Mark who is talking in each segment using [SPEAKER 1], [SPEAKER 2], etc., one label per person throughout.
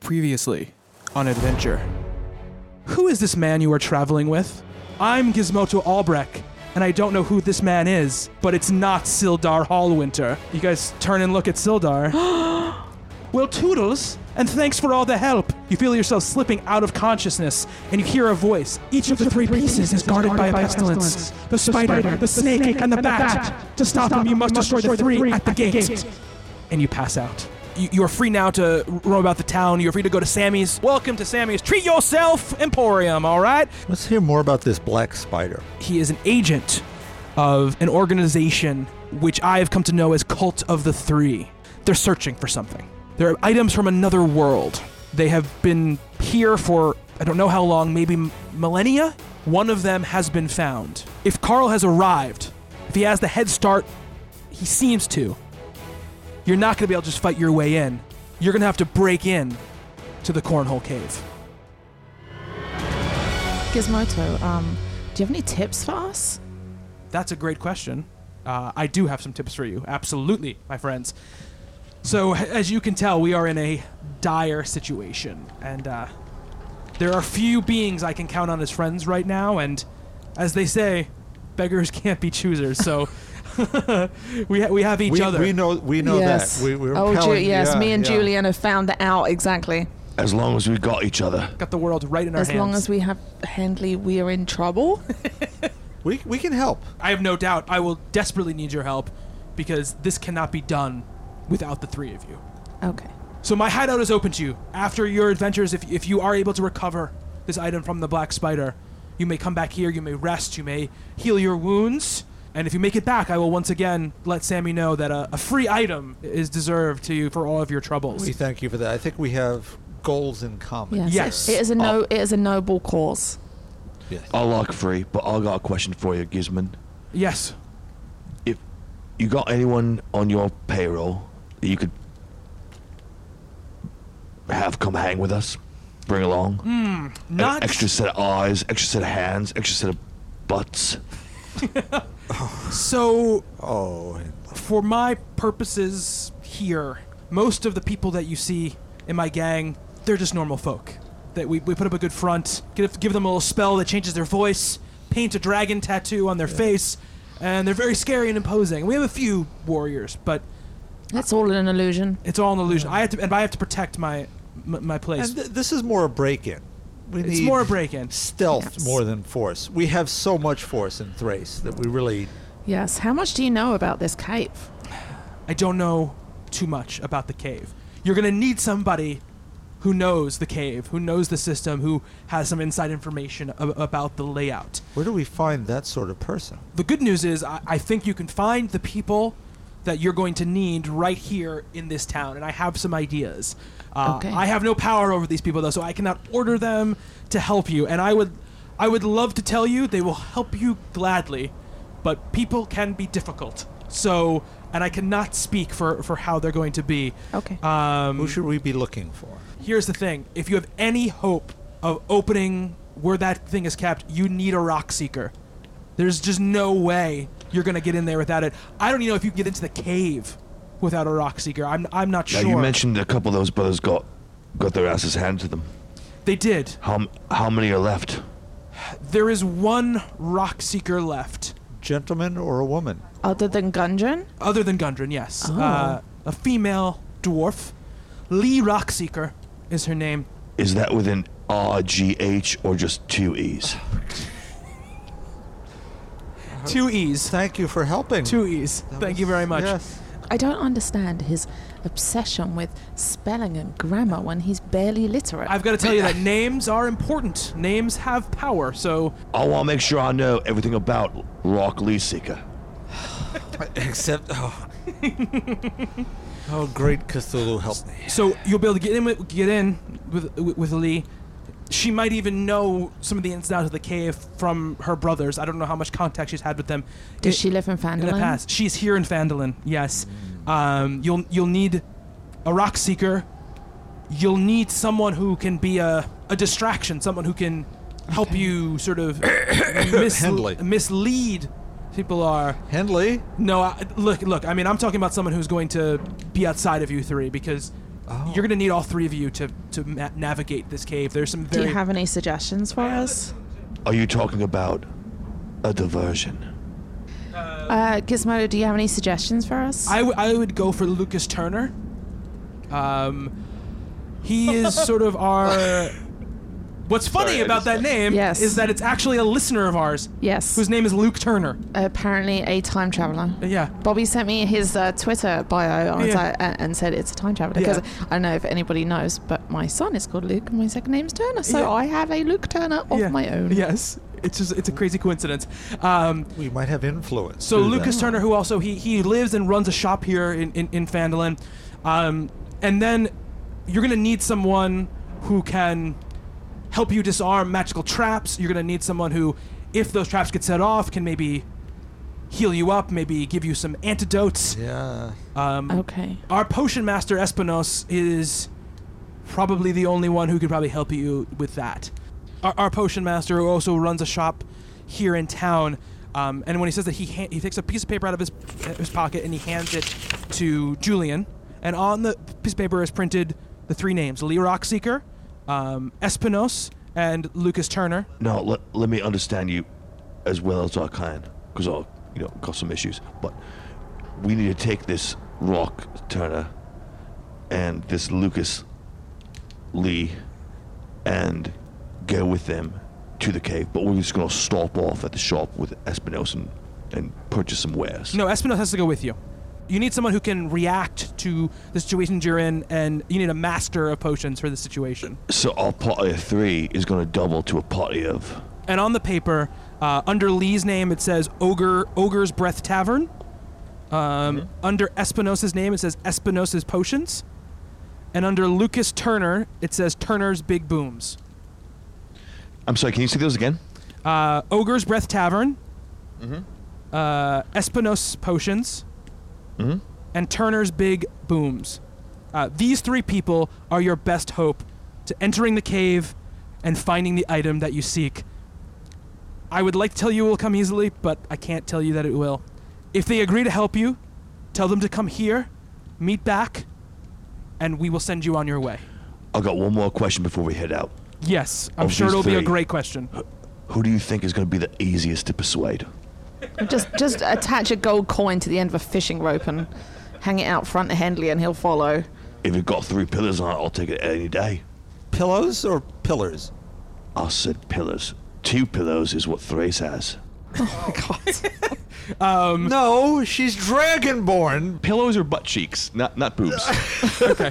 [SPEAKER 1] Previously on Adventure. Who is this man you are traveling with? I'm Gizmoto Albrecht, and I don't know who this man is, but it's not Sildar Hallwinter. You guys turn and look at Sildar. Well, toodles, and thanks for all the help. You feel yourself slipping out of consciousness, and you hear a voice. Each of the three pieces is guarded by a pestilence the spider, the snake, and the bat. To stop them, you must destroy the three at the gate. And you pass out. You, you are free now to roam about the town. You're free to go to Sammy's. Welcome to Sammy's. Treat yourself, Emporium, all right?
[SPEAKER 2] Let's hear more about this black spider.
[SPEAKER 1] He is an agent of an organization which I have come to know as Cult of the Three. They're searching for something. They're items from another world. They have been here for I don't know how long, maybe m- millennia. One of them has been found. If Carl has arrived, if he has the head start, he seems to. You're not going to be able to just fight your way in. You're going to have to break in to the cornhole cave.
[SPEAKER 3] Gizmoto, um, do you have any tips for us?
[SPEAKER 1] That's a great question. Uh, I do have some tips for you. Absolutely, my friends. So, h- as you can tell, we are in a dire situation. And uh, there are few beings I can count on as friends right now. And as they say, beggars can't be choosers. So, we, ha- we have each
[SPEAKER 2] we,
[SPEAKER 1] other.
[SPEAKER 2] we know we know
[SPEAKER 3] yes.
[SPEAKER 2] that. We, we're
[SPEAKER 3] oh, Ju-
[SPEAKER 2] telling-
[SPEAKER 3] yes.
[SPEAKER 2] yeah,
[SPEAKER 3] me and
[SPEAKER 2] yeah.
[SPEAKER 3] Julian have found that out exactly.
[SPEAKER 4] As long as we got each other.
[SPEAKER 1] Got the world right in our
[SPEAKER 3] As
[SPEAKER 1] hands.
[SPEAKER 3] long as we have Handley, we are in trouble.
[SPEAKER 2] We, we can help.
[SPEAKER 1] I have no doubt I will desperately need your help because this cannot be done without the three of you.
[SPEAKER 3] okay.
[SPEAKER 1] So my hideout is open to you. After your adventures, if, if you are able to recover this item from the Black Spider, you may come back here, you may rest, you may heal your wounds. And if you make it back, I will once again let Sammy know that a, a free item is deserved to you for all of your troubles.
[SPEAKER 2] We thank you for that. I think we have goals in common.
[SPEAKER 3] Yes.
[SPEAKER 1] Yes.
[SPEAKER 3] It is a no. It is a noble cause.
[SPEAKER 2] Yes.
[SPEAKER 4] I like free, but I got a question for you, Gizman.
[SPEAKER 1] Yes.
[SPEAKER 4] If you got anyone on your payroll that you could have come hang with us, bring along, An
[SPEAKER 1] Mm, Not
[SPEAKER 4] extra set of eyes, extra set of hands, extra set of butts.
[SPEAKER 1] so
[SPEAKER 2] Oh, and
[SPEAKER 1] for my purposes here, most of the people that you see in my gang, they're just normal folk. That we, we put up a good front, give, give them a little spell that changes their voice, paint a dragon tattoo on their face, and they're very scary and imposing. We have a few warriors, but
[SPEAKER 3] That's all an illusion.
[SPEAKER 1] it's all an illusion. I have to and I have to protect my my, my place.
[SPEAKER 2] and th- this is more a break-in. We
[SPEAKER 1] it's
[SPEAKER 2] need
[SPEAKER 1] more a break-in.
[SPEAKER 2] stealth
[SPEAKER 3] Yes.
[SPEAKER 2] more than force. We have so much force in Thrace that we really
[SPEAKER 3] Yes. How much do you know about this cave?
[SPEAKER 1] I don't know too much about the cave. You're gonna need somebody who knows the cave, who knows the system, who has some inside information ab- about the layout.
[SPEAKER 2] where do we find that sort of person?
[SPEAKER 1] the good news is I, I think you can find the people that you're going to need right here in this town and i have some ideas uh,
[SPEAKER 3] Okay.
[SPEAKER 1] i have no power over these people though so i cannot order them to help you and i would i would love to tell you they will help you gladly but people can be difficult so and i cannot speak for for how they're going to be
[SPEAKER 3] Okay.
[SPEAKER 1] um,
[SPEAKER 2] Who should we be looking for?
[SPEAKER 1] here's the thing if you have any hope of opening where that thing is kept you need a rock seeker there's just no way you're gonna get in there without it i don't even know if you can get into the cave without a rock seeker i'm, I'm not
[SPEAKER 4] Now
[SPEAKER 1] sure
[SPEAKER 4] you mentioned a couple of those brothers got got their asses handed to them.
[SPEAKER 1] they did
[SPEAKER 4] How m- how many are left?
[SPEAKER 1] there is one rock seeker left
[SPEAKER 2] Gentleman or a woman?
[SPEAKER 3] Other than Gungeon?
[SPEAKER 1] other than gundren yes
[SPEAKER 3] Oh.
[SPEAKER 1] uh, a female dwarf lee rockseeker is her name
[SPEAKER 4] Is that with an R G H or just two E's?
[SPEAKER 1] two e's
[SPEAKER 2] Thank you for helping.
[SPEAKER 1] two e's
[SPEAKER 2] Uh-huh. That
[SPEAKER 1] thank
[SPEAKER 2] was-
[SPEAKER 1] you very much
[SPEAKER 2] Yes.
[SPEAKER 3] I don't understand his obsession with spelling and grammar when he's barely literate.
[SPEAKER 1] I've got to tell you that names are important. Names have power, so
[SPEAKER 4] I want to make sure I know everything about Rock Lee Seeker.
[SPEAKER 2] Except, oh. oh, great Cthulhu, help me.
[SPEAKER 1] So you'll be able to get in with, get in with with Lee. She might even know some of the ins and outs of the cave from her brothers. I don't know how much contact she's had with them.
[SPEAKER 3] Does
[SPEAKER 1] i-
[SPEAKER 3] she live in
[SPEAKER 1] in the
[SPEAKER 3] Fandolin?
[SPEAKER 1] past? She's here in Fandolin. Yes. Um, you'll you'll need a rock seeker. You'll need someone who can be a, a distraction, someone who can help
[SPEAKER 3] Okay.
[SPEAKER 1] you sort of misle-
[SPEAKER 2] Handley.
[SPEAKER 1] mislead people are
[SPEAKER 2] Henley,
[SPEAKER 1] no, I, look, look. I mean, I'm talking about someone who's going to be outside of you three because
[SPEAKER 2] Oh.
[SPEAKER 1] You're gonna need all three of you to to ma- navigate this cave. There's some
[SPEAKER 3] Do
[SPEAKER 1] very
[SPEAKER 3] you have any suggestions for us?
[SPEAKER 4] Are you talking about a diversion?
[SPEAKER 3] Uh, Gizmodo, do you have any suggestions for us?
[SPEAKER 1] I, w- I would go for Lucas Turner. Um, he is sort of our. What's funny
[SPEAKER 4] Sorry, I
[SPEAKER 1] about
[SPEAKER 4] just-
[SPEAKER 1] that name
[SPEAKER 3] Yes.
[SPEAKER 1] is that it's actually a listener of ours
[SPEAKER 3] yes.
[SPEAKER 1] whose name is Luke Turner.
[SPEAKER 3] apparently a time traveler.
[SPEAKER 1] Uh, Yeah.
[SPEAKER 3] Bobby sent me his uh, Twitter bio and, was
[SPEAKER 1] Yeah.
[SPEAKER 3] like- a- and said it's a time traveler
[SPEAKER 1] Yeah.
[SPEAKER 3] because I don't know if anybody knows, but my son is called Luke and my second name's Turner, so
[SPEAKER 1] Yeah.
[SPEAKER 3] I have a Luke Turner of
[SPEAKER 1] yeah.
[SPEAKER 3] my own.
[SPEAKER 1] Yes. It's just it's a crazy coincidence. Um,
[SPEAKER 2] We might have influence.
[SPEAKER 1] so
[SPEAKER 2] through
[SPEAKER 1] Lucas
[SPEAKER 2] that.
[SPEAKER 1] Turner, who also he he lives and runs a shop here in in, in Fandolin, um, and then you're gonna need someone who can help you disarm magical traps. You're gonna need someone who, if those traps get set off, can maybe heal you up, maybe give you some antidotes.
[SPEAKER 2] Yeah.
[SPEAKER 1] Um,
[SPEAKER 3] Okay.
[SPEAKER 1] Our potion master Espinos is probably the only one who could probably help you with that. Our, our potion master who also runs a shop here in town, um, and when he says that he ha- he takes a piece of paper out of his his pocket and he hands it to Julian, and on the piece of paper is printed the three names: Lee Rockseeker, um, Espinos, and Lucas Turner.
[SPEAKER 4] No, let, let me understand you as well as I can, because I'll, you know, cause some issues. But we need to take this Rock Turner and this Lucas Lee and go with them to the cave. But we're just going to stop off at the shop with Espinosa and, and purchase some wares.
[SPEAKER 1] No, Espinos has to go with you. You need someone who can react to the situations you're in, and you need a master of potions for the situation.
[SPEAKER 4] So our party of three is going to double to a party of.
[SPEAKER 1] and on the paper uh, under lee's name it says ogre ogre's breath tavern um, under espinosa's name it says espinosa's potions and under lucas turner it says turner's big booms
[SPEAKER 4] I'm sorry, can you see those again?
[SPEAKER 1] uh, ogre's breath tavern
[SPEAKER 4] Mm-hmm.
[SPEAKER 1] uh, espinosa's potions
[SPEAKER 4] Mhm.
[SPEAKER 1] and turner's big booms uh, these three people are your best hope to entering the cave and finding the item that you seek I would like to tell you it will come easily, but I can't tell you that it will. If they agree to help you, tell them to come here, meet back, and we will send you on your way.
[SPEAKER 4] I got one more question before we head out.
[SPEAKER 1] Yes, I'm
[SPEAKER 4] Of
[SPEAKER 1] sure
[SPEAKER 4] these
[SPEAKER 1] it'll be a
[SPEAKER 4] three.
[SPEAKER 1] great question.
[SPEAKER 4] Who do you think is going to be the easiest to persuade?
[SPEAKER 3] Just just attach a gold coin to the end of a fishing rope and hang it out front of Hendley and he'll follow.
[SPEAKER 4] If it got three pillars on it, I'll take it any day.
[SPEAKER 2] Pillows or pillars?
[SPEAKER 4] I said pillars. Two pillows is what Thrace has.
[SPEAKER 3] Oh God.
[SPEAKER 1] Um,
[SPEAKER 2] no, she's dragonborn.
[SPEAKER 4] Pillows are butt cheeks, not not boobs.
[SPEAKER 1] Okay.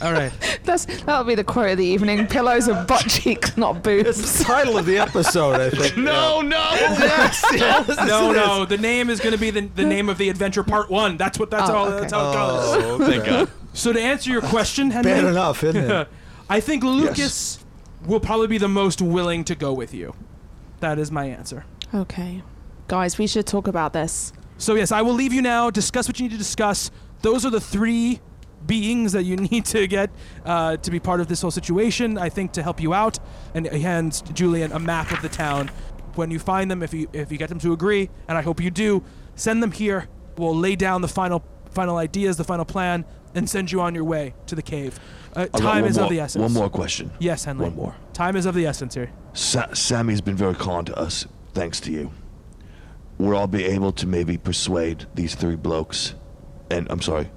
[SPEAKER 1] All right.
[SPEAKER 3] That's that'll be the quote of the evening. Pillows of butt cheeks, not
[SPEAKER 2] It's the
[SPEAKER 3] boobs.
[SPEAKER 2] title of the episode, I think.
[SPEAKER 4] no, no.
[SPEAKER 2] yes, yes, yes,
[SPEAKER 1] No,
[SPEAKER 2] it is.
[SPEAKER 1] no. The name is going to be the, the name of the adventure part one. That's what. That's
[SPEAKER 3] Oh,
[SPEAKER 1] all.
[SPEAKER 3] okay.
[SPEAKER 1] That's how it goes.
[SPEAKER 2] Oh, okay.
[SPEAKER 4] God.
[SPEAKER 1] So to answer your question, Henry,
[SPEAKER 2] Bad enough, isn't it?
[SPEAKER 1] I think Lucas will probably be the most willing to go with you. That is my answer.
[SPEAKER 3] okay. Guys, we should talk about this.
[SPEAKER 1] So yes, I will leave you now. Discuss what you need to discuss. Those are the three beings that you need to get uh, to be part of this whole situation. I think to help you out, and he hands Julian a map of the town. When you find them, if you if you get them to agree, and I hope you do, send them here. We'll lay down the final final ideas, the final plan, and send you on your way to the cave. Uh,
[SPEAKER 4] I got
[SPEAKER 1] time
[SPEAKER 4] one
[SPEAKER 1] is
[SPEAKER 4] more,
[SPEAKER 1] of the essence.
[SPEAKER 4] One more question.
[SPEAKER 1] Yes, Henley.
[SPEAKER 4] One more.
[SPEAKER 1] Time is of the essence here.
[SPEAKER 4] Sa- Sammy's been very kind to us, thanks to you. We'll all be able to maybe persuade these three blokes, and I'm sorry,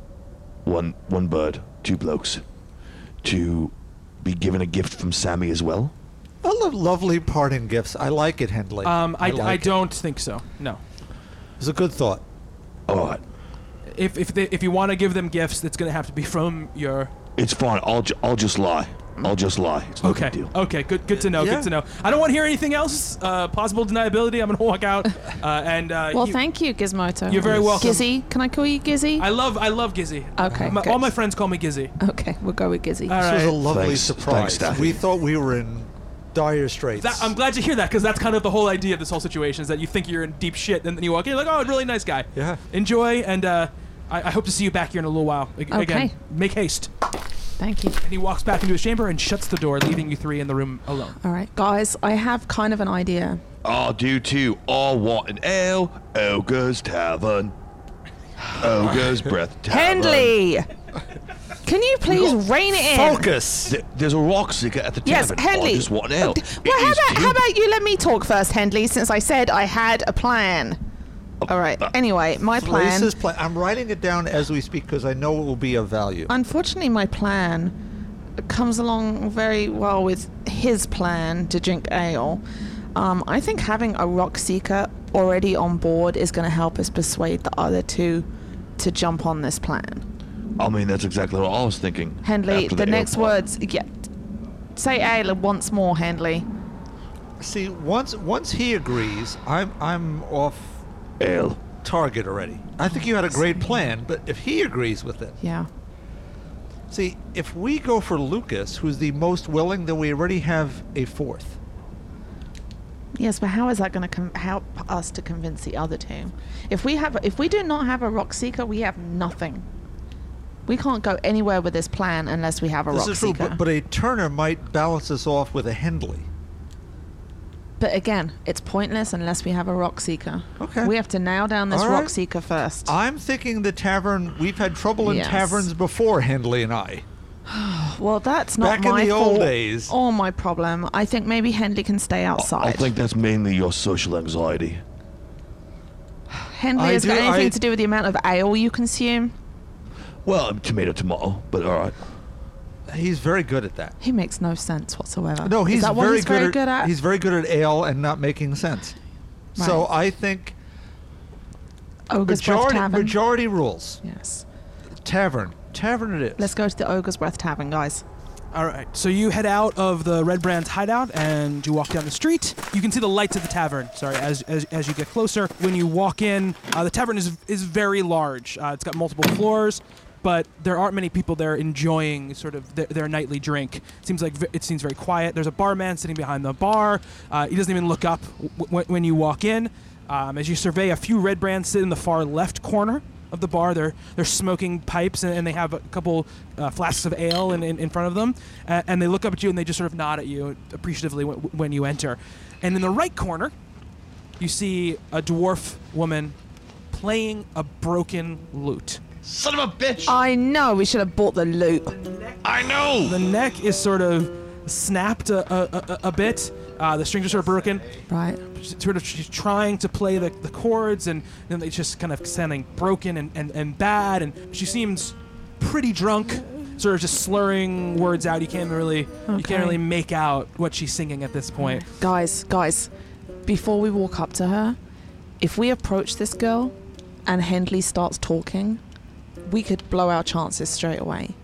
[SPEAKER 4] one one bird, two blokes, to be given a gift from Sammy as well.
[SPEAKER 2] I love lovely parting gifts. I like it, Hendley.
[SPEAKER 1] Um, I, I,
[SPEAKER 2] like it.
[SPEAKER 1] don't think so. No.
[SPEAKER 2] It's a good thought.
[SPEAKER 4] All right,
[SPEAKER 1] If if they, if you want to give them gifts, it's gonna have to be from your
[SPEAKER 4] it's fine. I'll ju- I'll just lie. I'll just lie. It's no
[SPEAKER 1] Okay.
[SPEAKER 4] big Oh, deal.
[SPEAKER 1] Okay. Good. Good to know.
[SPEAKER 2] Yeah.
[SPEAKER 1] Good to know. I don't want to hear anything else. Uh, possible deniability. I'm gonna walk out. Uh, and uh,
[SPEAKER 3] Well,
[SPEAKER 1] you-
[SPEAKER 3] thank you, Gizmodo.
[SPEAKER 1] You're very welcome.
[SPEAKER 3] Gizzy, can I call you Gizzy?
[SPEAKER 1] I love. I love Gizzy.
[SPEAKER 3] Okay,
[SPEAKER 1] My,
[SPEAKER 3] good.
[SPEAKER 1] all my friends call me Gizzy.
[SPEAKER 3] okay, we'll go with Gizzy.
[SPEAKER 1] All
[SPEAKER 2] This was a
[SPEAKER 1] right.
[SPEAKER 2] lovely
[SPEAKER 4] Thanks- thanks,
[SPEAKER 2] surprise.
[SPEAKER 4] Daffy.
[SPEAKER 2] we thought we were in dire straits.
[SPEAKER 1] That, um, I'm glad to hear that because that's kind of the whole idea of this whole situation is that you think you're in deep shit and then you walk in like, oh, really nice guy.
[SPEAKER 2] Yeah.
[SPEAKER 1] Enjoy and uh, I, I hope to see you back here in a little while. A- Again,
[SPEAKER 3] Okay.
[SPEAKER 1] make haste.
[SPEAKER 3] Thank you.
[SPEAKER 1] And he walks back into his chamber and shuts the door, leaving you three in the room alone.
[SPEAKER 3] All right, guys, I have kind of an idea.
[SPEAKER 4] I'll do too. I want an ale. Ogre's Tavern. Ogre's Breath Tavern.
[SPEAKER 3] Hendley! Can you please rein it in?
[SPEAKER 2] Focus.
[SPEAKER 4] Th- There's a rock seeker at the
[SPEAKER 3] Yes,
[SPEAKER 4] tavern.
[SPEAKER 3] Henley.
[SPEAKER 4] I just want out.
[SPEAKER 3] D- Well,
[SPEAKER 4] It
[SPEAKER 3] how
[SPEAKER 4] is
[SPEAKER 3] about,
[SPEAKER 4] you.
[SPEAKER 3] how about you let me talk first, Henley, since I said I had a plan. All right. Anyway, my plan.
[SPEAKER 2] Places plan. I'm writing it down as we speak because I know it will be of value.
[SPEAKER 4] Uh,
[SPEAKER 3] Unfortunately, my plan comes along very well with his plan to drink ale. Um, I think having a rock seeker already on board is going to help us persuade the other two to jump on this plan.
[SPEAKER 4] I mean, that's exactly what I was thinking.
[SPEAKER 3] Henley,
[SPEAKER 4] after
[SPEAKER 3] the, next
[SPEAKER 4] airport.
[SPEAKER 3] words. Yeah. Say ale once more, Henley.
[SPEAKER 2] See, once once he agrees, I'm I'm off
[SPEAKER 4] Ale.
[SPEAKER 2] target already. I think you had a great plan, but if he agrees with it,
[SPEAKER 3] Yeah.
[SPEAKER 2] see, if we go for Lucas, who's the most willing, then we already have a fourth.
[SPEAKER 3] Yes, but how is that going to com- help us to convince the other two? If we have, if we do not have a rock seeker, we have nothing. We can't go anywhere with this plan unless we have a
[SPEAKER 2] This
[SPEAKER 3] rock
[SPEAKER 2] is true,
[SPEAKER 3] seeker.
[SPEAKER 2] but, but a Turner might balance us off with a Hendley.
[SPEAKER 3] But again, it's pointless unless we have a rock seeker.
[SPEAKER 2] Okay.
[SPEAKER 3] We have to nail down this
[SPEAKER 2] All
[SPEAKER 3] rock
[SPEAKER 2] right. Ah.
[SPEAKER 3] seeker first.
[SPEAKER 2] I'm thinking the tavern. We've had trouble in
[SPEAKER 3] Yes.
[SPEAKER 2] taverns before, Hendley and I.
[SPEAKER 3] well, that's not
[SPEAKER 2] Back in
[SPEAKER 3] my
[SPEAKER 2] the old
[SPEAKER 3] fault
[SPEAKER 2] days.
[SPEAKER 3] or my problem. I think maybe Henley can stay outside.
[SPEAKER 4] I think that's mainly your social anxiety.
[SPEAKER 3] Henley
[SPEAKER 2] I
[SPEAKER 3] has got
[SPEAKER 2] do-
[SPEAKER 3] anything
[SPEAKER 2] I-
[SPEAKER 3] to do with the amount of ale you consume.
[SPEAKER 4] Well, um, tomato, tomato, but all right.
[SPEAKER 2] He's very good at that.
[SPEAKER 3] He makes no sense whatsoever.
[SPEAKER 2] No, he's
[SPEAKER 3] is that
[SPEAKER 2] very
[SPEAKER 3] what he's
[SPEAKER 2] good.
[SPEAKER 3] very
[SPEAKER 2] at,
[SPEAKER 3] good at.
[SPEAKER 2] He's very good at ale and not making sense. So I think
[SPEAKER 3] Ogre's Breath
[SPEAKER 2] majority
[SPEAKER 3] Tavern.
[SPEAKER 2] majority rules.
[SPEAKER 3] yes.
[SPEAKER 2] Tavern, tavern it is.
[SPEAKER 3] Let's go to the Ogre's Breath Tavern, guys.
[SPEAKER 1] All right, so you head out of the Red Brand's hideout and you walk down the street. You can see the lights of the tavern. Sorry, as as, as you get closer, when you walk in, uh, the tavern is is very large. Uh, it's got multiple floors, but there aren't many people there enjoying sort of their, their nightly drink. seems like v- it seems very quiet. There's a barman sitting behind the bar. Uh, he doesn't even look up w- w- when you walk in. Um, as you survey, a few Red Brands sit in the far left corner of the bar. They're they're smoking pipes and, and they have a couple uh, flasks of ale in, in, in front of them, uh, and they look up at you and they just sort of nod at you appreciatively when, when you enter. And in the right corner, you see a dwarf woman playing a broken lute.
[SPEAKER 4] Son of a bitch!
[SPEAKER 3] I know we should have bought the loot.
[SPEAKER 4] I know!
[SPEAKER 1] The neck is sort of snapped a, a, a, a bit. Uh, the strings are sort of broken.
[SPEAKER 3] Right.
[SPEAKER 1] sort of she's trying to play the, the chords and then they just kind of sounding broken and, and, and bad and she seems pretty drunk sort of just slurring words out you can't really you
[SPEAKER 3] Okay.
[SPEAKER 1] can't really make out what she's singing at this point
[SPEAKER 3] Guys, guys, before we walk up to her, if we approach this girl and Hendley starts talking, we could blow our chances straight away.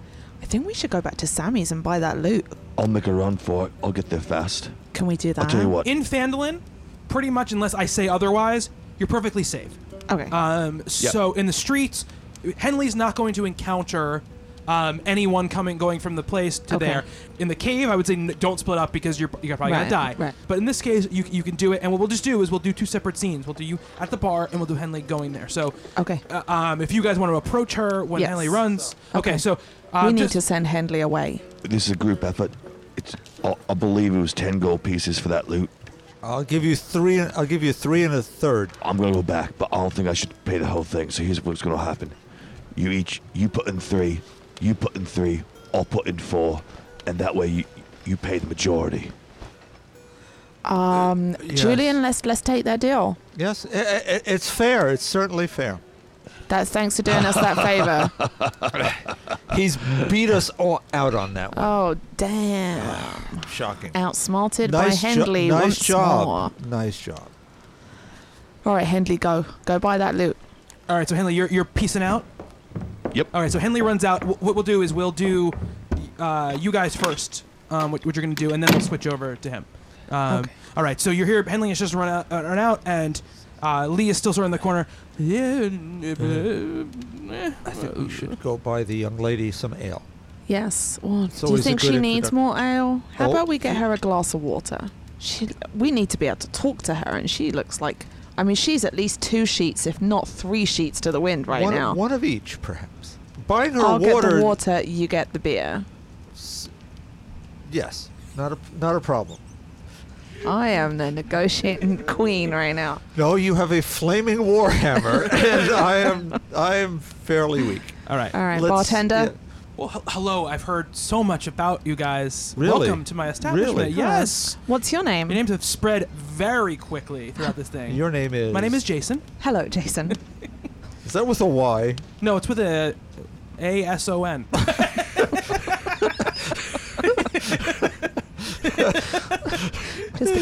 [SPEAKER 3] I think we should go back to Sammy's and buy that loot.
[SPEAKER 4] I'll make a run for it. I'll get there fast.
[SPEAKER 3] Can we do that?
[SPEAKER 4] I'll tell you what.
[SPEAKER 1] in Phandalin pretty much unless I say otherwise you're perfectly safe
[SPEAKER 3] Okay.
[SPEAKER 1] Um, So in the streets, Henley's not going to encounter um, anyone coming going from the place to
[SPEAKER 3] Okay.
[SPEAKER 1] there. In the cave, I would say n- don't split up because you're you're probably
[SPEAKER 3] Right,
[SPEAKER 1] gonna die.
[SPEAKER 3] right.
[SPEAKER 1] But in this case, you you can do it. And what we'll just do is we'll do two separate scenes. We'll do you at the bar and we'll do Henley going there. So
[SPEAKER 3] okay.
[SPEAKER 1] uh, um, if you guys want to approach her when
[SPEAKER 3] Oh. Yes.
[SPEAKER 1] Henley runs, okay.
[SPEAKER 3] Okay.
[SPEAKER 1] so um,
[SPEAKER 3] we need
[SPEAKER 1] just-
[SPEAKER 3] to send Hendley away.
[SPEAKER 4] This is a group effort. It's, I, I believe it was 10 gold pieces for that loot.
[SPEAKER 2] I'll give you three. I'll give you three and a third.
[SPEAKER 4] I'm gonna go back, but I don't think I should pay the whole thing. So here's what's gonna happen: you each, you put in three, you put in three, I'll put in four, and that way you, you pay the majority.
[SPEAKER 3] Um,
[SPEAKER 2] yes.
[SPEAKER 3] Julian, let's let's take that deal.
[SPEAKER 2] Yes, i i i- it's fair. It's certainly fair.
[SPEAKER 3] That's thanks for doing us that favor.
[SPEAKER 2] He's beat us all out on that one.
[SPEAKER 3] Oh damn!
[SPEAKER 2] Shocking.
[SPEAKER 3] Outsmarted
[SPEAKER 2] Nice,
[SPEAKER 3] by
[SPEAKER 2] jo-
[SPEAKER 3] Hendley
[SPEAKER 2] nice
[SPEAKER 3] once more.
[SPEAKER 2] job. Nice job.
[SPEAKER 3] All right, Hendley, go go buy that loot.
[SPEAKER 1] All right, so Henley, you're you're piecing out.
[SPEAKER 4] Yep.
[SPEAKER 1] All right, so Henley runs out. Wh- What we'll do is we'll do uh, you guys first, um, what, what you're gonna do, and then we'll switch over to him. Um,
[SPEAKER 3] Okay.
[SPEAKER 1] All right, so you're here. Henley has just run out, uh, run out and uh, Lee is still sort of in the corner.
[SPEAKER 2] I think we should go buy the young lady some ale.
[SPEAKER 3] Yes. Well, do you
[SPEAKER 2] always a
[SPEAKER 3] think
[SPEAKER 2] good
[SPEAKER 3] she needs
[SPEAKER 2] introduction.
[SPEAKER 3] more ale? How
[SPEAKER 2] Oh.
[SPEAKER 3] about we get her a glass of water? She, we need to be able to talk to her, and she looks like. I mean, she's at least two sheets, if not three sheets, to the wind right
[SPEAKER 2] one,
[SPEAKER 3] now.
[SPEAKER 2] one of each, perhaps. Buying her
[SPEAKER 3] I'll
[SPEAKER 2] water.
[SPEAKER 3] get the water. You get the beer.
[SPEAKER 2] Yes, not a not a problem.
[SPEAKER 3] I am the negotiating queen right now.
[SPEAKER 2] No, you have a flaming warhammer, and I am I am fairly weak.
[SPEAKER 1] All right.
[SPEAKER 3] All right,
[SPEAKER 2] Let's-
[SPEAKER 3] bartender.
[SPEAKER 2] yeah.
[SPEAKER 1] Well, h- hello. I've heard so much about you guys.
[SPEAKER 2] Really?
[SPEAKER 1] Welcome to my establishment.
[SPEAKER 2] Really?
[SPEAKER 1] Yes.
[SPEAKER 3] What's your name?
[SPEAKER 1] Your names have spread very quickly throughout this thing.
[SPEAKER 2] Your name is.
[SPEAKER 1] My name is Jason.
[SPEAKER 3] Hello, Jason.
[SPEAKER 2] Is that with a Y?
[SPEAKER 1] No, it's with a A S O N.
[SPEAKER 3] Just to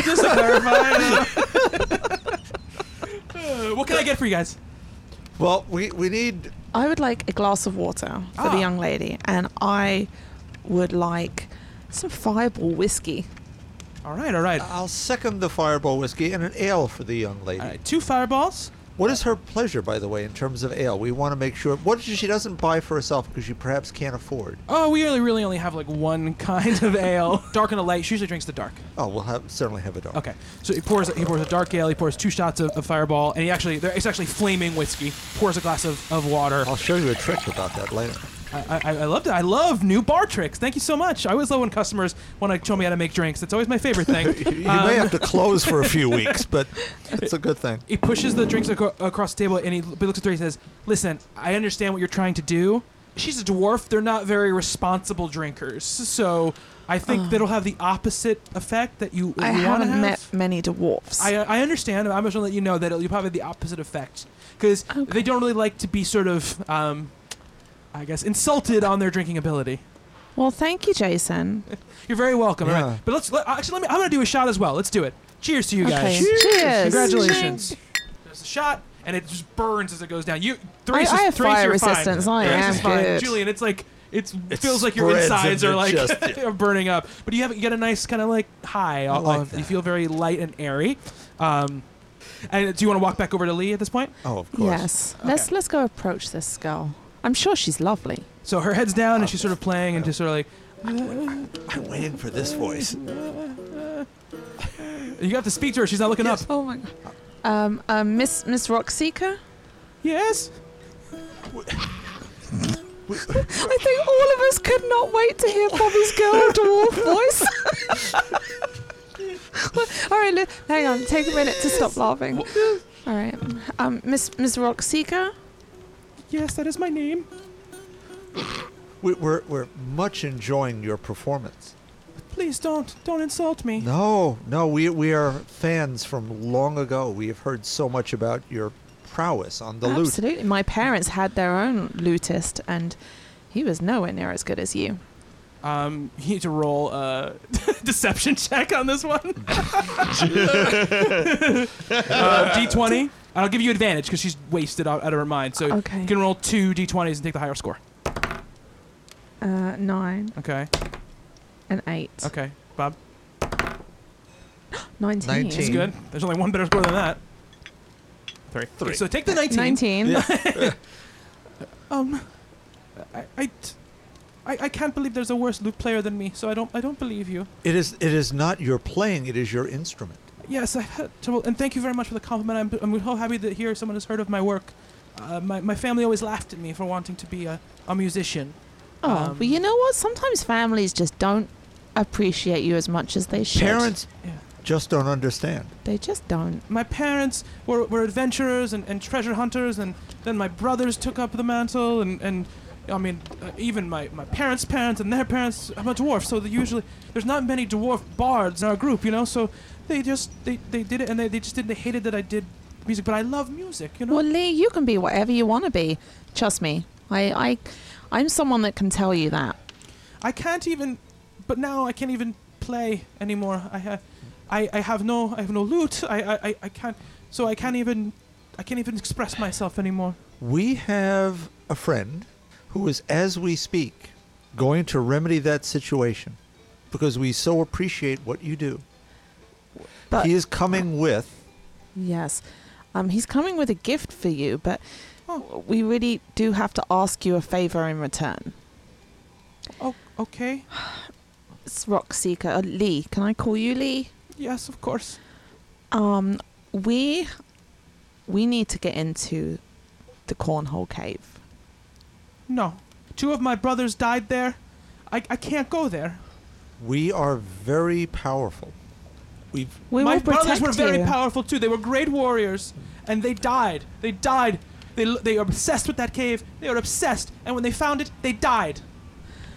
[SPEAKER 1] Just to clarify. Uh, what can I get for you guys?
[SPEAKER 2] Well, we, we need.
[SPEAKER 3] I would like a glass of water for
[SPEAKER 1] Ah.
[SPEAKER 3] the young lady, and I would like some fireball whiskey.
[SPEAKER 1] All right, all right.
[SPEAKER 2] I'll second the fireball whiskey and an ale for the young lady.
[SPEAKER 1] All right, two fireballs.
[SPEAKER 2] What is her pleasure, by the way, in terms of ale? We want to make sure. What if she doesn't buy for herself because she perhaps can't afford?
[SPEAKER 1] Oh, we really, really only have like one kind of ale. Dark and a light. She usually drinks the dark.
[SPEAKER 2] Oh, we'll have, certainly have a dog.
[SPEAKER 1] Okay, so he pours he pours a dark ale. He pours two shots of, of fireball, and he actually there, it's actually flaming whiskey. Pours a glass of, of water.
[SPEAKER 2] I'll show you a trick about that later.
[SPEAKER 1] I, I, I love that. I love new bar tricks. Thank you so much. I always love when customers want to show me how to make drinks. That's always my favorite thing.
[SPEAKER 2] You
[SPEAKER 1] Um,
[SPEAKER 2] may have to close for a few weeks, but it's a good thing.
[SPEAKER 1] he pushes the drinks aco- across the table and he l- looks at her and says, Listen, I understand what you're trying to do. She's a dwarf. They're not very responsible drinkers. So I think that'll have the opposite effect that you,
[SPEAKER 3] I
[SPEAKER 1] you want to
[SPEAKER 3] haven't
[SPEAKER 1] have.
[SPEAKER 3] met many dwarfs.
[SPEAKER 1] I, I understand. I'm just going to let you know that it'll probably have the opposite effect because they don't really like to be sort of, um, I guess, insulted on their drinking ability.
[SPEAKER 3] well, thank you, Jason.
[SPEAKER 1] You're very welcome. All
[SPEAKER 2] Yeah.
[SPEAKER 1] right. But let's let, actually let me. I'm gonna do a shot as well. Let's do it. Cheers to you guys.
[SPEAKER 3] Okay. Cheers. Cheers.
[SPEAKER 1] Congratulations. There's a shot, and it just burns as it goes down. You three.
[SPEAKER 3] I have fire
[SPEAKER 1] you're fine.
[SPEAKER 3] resistance. I
[SPEAKER 1] Threes
[SPEAKER 3] am
[SPEAKER 1] is fine.
[SPEAKER 3] good.
[SPEAKER 1] Julian, it's like it's,
[SPEAKER 2] It
[SPEAKER 1] feels like your
[SPEAKER 2] spreads
[SPEAKER 1] insides
[SPEAKER 2] and
[SPEAKER 1] are
[SPEAKER 2] it
[SPEAKER 1] like
[SPEAKER 2] just-
[SPEAKER 1] are burning up. But you have you get a nice kind of like high. off-
[SPEAKER 2] like
[SPEAKER 1] off- you
[SPEAKER 2] that.
[SPEAKER 1] feel very light and airy. Um, and do you want to walk back over to Lee at this point?
[SPEAKER 2] Oh, of course.
[SPEAKER 3] Yes. Let's let's go approach this girl. I'm sure she's lovely.
[SPEAKER 1] So her head's down, and she's sort of playing and just sort of like
[SPEAKER 2] I'm waiting for this voice.
[SPEAKER 1] you have to speak to her. She's not looking up.
[SPEAKER 3] Oh my god. Um, um, Miss Miss Rockseeker.
[SPEAKER 1] Yes.
[SPEAKER 3] I think all of us could not wait to hear Bobby's girl dwarf voice. all right, li- hang on. Take a minute to stop laughing. All right, um, Miss Miss Rockseeker.
[SPEAKER 1] Yes, that is my name.
[SPEAKER 2] We, we're, we're much enjoying your performance.
[SPEAKER 1] Please don't don't insult me.
[SPEAKER 2] No, no, we, we are fans from long ago. We have heard so much about your prowess on the lute.
[SPEAKER 3] Absolutely. My parents had their own lutist, and he was nowhere near as good as you.
[SPEAKER 1] Um, you need to roll a deception check on this one. uh, D20. I'll give you advantage because she's wasted out, out of her mind. So
[SPEAKER 3] Okay.
[SPEAKER 1] you can roll two D20s and take the higher score.
[SPEAKER 3] Uh, nine
[SPEAKER 1] Okay.
[SPEAKER 3] and eight.
[SPEAKER 1] Okay. Bob,
[SPEAKER 3] Nineteen.
[SPEAKER 1] it's
[SPEAKER 2] Nineteen.
[SPEAKER 1] good. There's only one better score than that. Three.
[SPEAKER 2] Three.
[SPEAKER 1] So take the 19.
[SPEAKER 3] Nineteen.
[SPEAKER 1] Um, I, I, t- I, I can't believe there's a worse loot player than me. So I don't I don't believe you.
[SPEAKER 2] It is it is not your playing, it is your instrument.
[SPEAKER 1] Yes, I've had trouble, and thank you very much for the compliment. I'm, I'm so happy to hear someone has heard of my work. Uh, my, my family always laughed at me for wanting to be a, a musician.
[SPEAKER 3] Oh,
[SPEAKER 1] Um,
[SPEAKER 3] well, you know what? Sometimes families just don't appreciate you as much as they should.
[SPEAKER 2] Parents
[SPEAKER 1] Yeah.
[SPEAKER 2] just don't understand.
[SPEAKER 3] They just don't.
[SPEAKER 1] My parents were, were adventurers and, and treasure hunters, and then my brothers took up the mantle, and, and I mean, uh, even my, my parents' parents and their parents. I'm a dwarf, so they usually there's not many dwarf bards in our group, you know. So they just they, they did it, and they, they just did. They hated that I did music, but I love music, you know.
[SPEAKER 3] Well, Lee, you can be whatever you want to be. Trust me. I, I, I'm someone that can tell you that.
[SPEAKER 1] I can't even. But now I can't even play anymore. I have, I, I have no, I have no loot. I, I, I, I can't. So I can't even, I can't even express myself anymore.
[SPEAKER 2] We have a friend who is, as we speak, going to remedy that situation because we so appreciate what you do.
[SPEAKER 3] But
[SPEAKER 2] he is coming with.
[SPEAKER 3] yes, um, he's coming with a gift for you, but
[SPEAKER 1] Oh.
[SPEAKER 3] we really do have to ask you a favor in return.
[SPEAKER 1] Oh, okay.
[SPEAKER 3] It's Rockseeker uh, Lee. Can I call you Lee?
[SPEAKER 1] Yes, of course.
[SPEAKER 3] Um, we, we need to get into the cornhole cave.
[SPEAKER 1] No, two of my brothers died there. I, I can't go there.
[SPEAKER 2] We are very powerful. We've
[SPEAKER 3] We
[SPEAKER 1] my
[SPEAKER 3] will
[SPEAKER 1] brothers
[SPEAKER 3] protect
[SPEAKER 1] were very
[SPEAKER 3] you.
[SPEAKER 1] powerful too. They were great warriors, and they died. They died They, l- they are obsessed with that cave. They are obsessed. And when they found it, they died.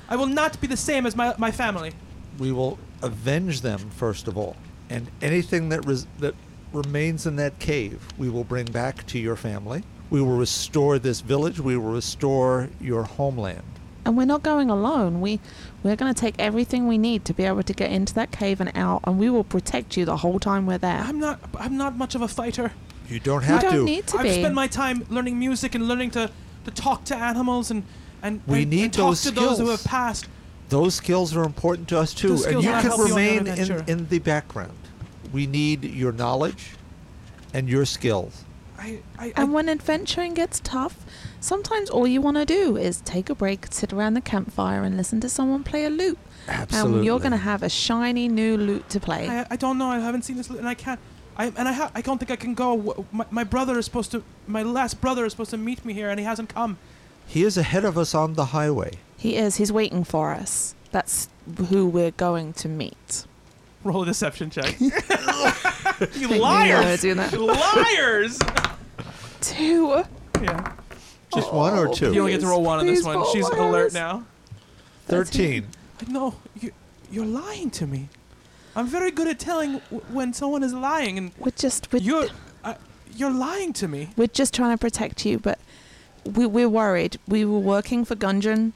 [SPEAKER 1] I will not be the same as my, my family.
[SPEAKER 2] We will avenge them first of all, and anything that res- that remains in that cave, we will bring back to your family. We will restore this village. We will restore your homeland.
[SPEAKER 3] And we're not going alone. We we're going to take everything we need to be able to get into that cave and out, and we will protect you the whole time we're there.
[SPEAKER 1] I'm not I'm not much of a fighter.
[SPEAKER 2] You don't have
[SPEAKER 3] you don't
[SPEAKER 2] to.
[SPEAKER 3] need to
[SPEAKER 1] I've
[SPEAKER 3] be.
[SPEAKER 1] spent my time learning music and learning to, to talk to animals and and
[SPEAKER 2] We
[SPEAKER 1] and,
[SPEAKER 2] need
[SPEAKER 1] and talk
[SPEAKER 2] those
[SPEAKER 1] to those who
[SPEAKER 2] skills.
[SPEAKER 1] have passed.
[SPEAKER 2] Those skills are important to us too,
[SPEAKER 1] Those
[SPEAKER 2] and
[SPEAKER 1] skills
[SPEAKER 2] you
[SPEAKER 1] will
[SPEAKER 2] can
[SPEAKER 1] help you on your
[SPEAKER 2] remain
[SPEAKER 1] adventure.
[SPEAKER 2] in, in the background. We need your knowledge and your skills.
[SPEAKER 1] I, I, I
[SPEAKER 3] and when adventuring gets tough, sometimes all you want to do is take a break, sit around the campfire, and listen to someone play a lute. And Um, you're
[SPEAKER 2] Absolutely.
[SPEAKER 3] going to have a shiny new lute to play.
[SPEAKER 1] I, I don't know. I haven't seen this, li- and I can't. I and I ha- I don't think I can go. W- My, my brother is supposed to. My last brother is supposed to meet me here, and he hasn't come.
[SPEAKER 2] He is ahead of us on the highway.
[SPEAKER 3] he is. He's waiting for us. That's who we're going to meet.
[SPEAKER 1] Roll a deception check. you
[SPEAKER 3] Make me wanna
[SPEAKER 1] liars!
[SPEAKER 3] do that.
[SPEAKER 1] You liars!
[SPEAKER 3] Two.
[SPEAKER 1] yeah.
[SPEAKER 2] Just one or two?
[SPEAKER 1] You only get to roll one on this
[SPEAKER 3] Please,
[SPEAKER 1] one.
[SPEAKER 3] roll
[SPEAKER 1] She's
[SPEAKER 3] one.
[SPEAKER 1] alert now.
[SPEAKER 2] Thirteen.
[SPEAKER 1] No, you, you're lying to me. I'm very good at telling w- when someone is lying, and
[SPEAKER 3] We're just we're,
[SPEAKER 1] you're uh, you're lying to me.
[SPEAKER 3] we're just trying to protect you, but we we're worried. We were working for Gunjan,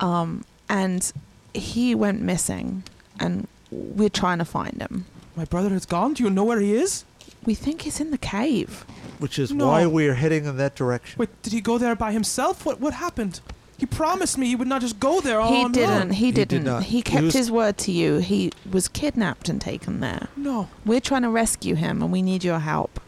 [SPEAKER 3] um, and he went missing, and we're trying to find him.
[SPEAKER 1] My brother is gone. Do you know where he is?
[SPEAKER 3] We think he's in the cave.
[SPEAKER 2] Which is
[SPEAKER 1] No.
[SPEAKER 2] why we are heading in that direction.
[SPEAKER 1] Wait, did he go there by himself? What what happened? He promised me he would not just go there all
[SPEAKER 3] he
[SPEAKER 1] on his
[SPEAKER 3] didn't.
[SPEAKER 1] own.
[SPEAKER 3] He
[SPEAKER 2] He did
[SPEAKER 3] didn't. He,
[SPEAKER 2] not. He
[SPEAKER 3] kept
[SPEAKER 2] was-
[SPEAKER 3] his word to you. He was kidnapped and taken there.
[SPEAKER 1] No.
[SPEAKER 3] We're trying to rescue him, and we need your help.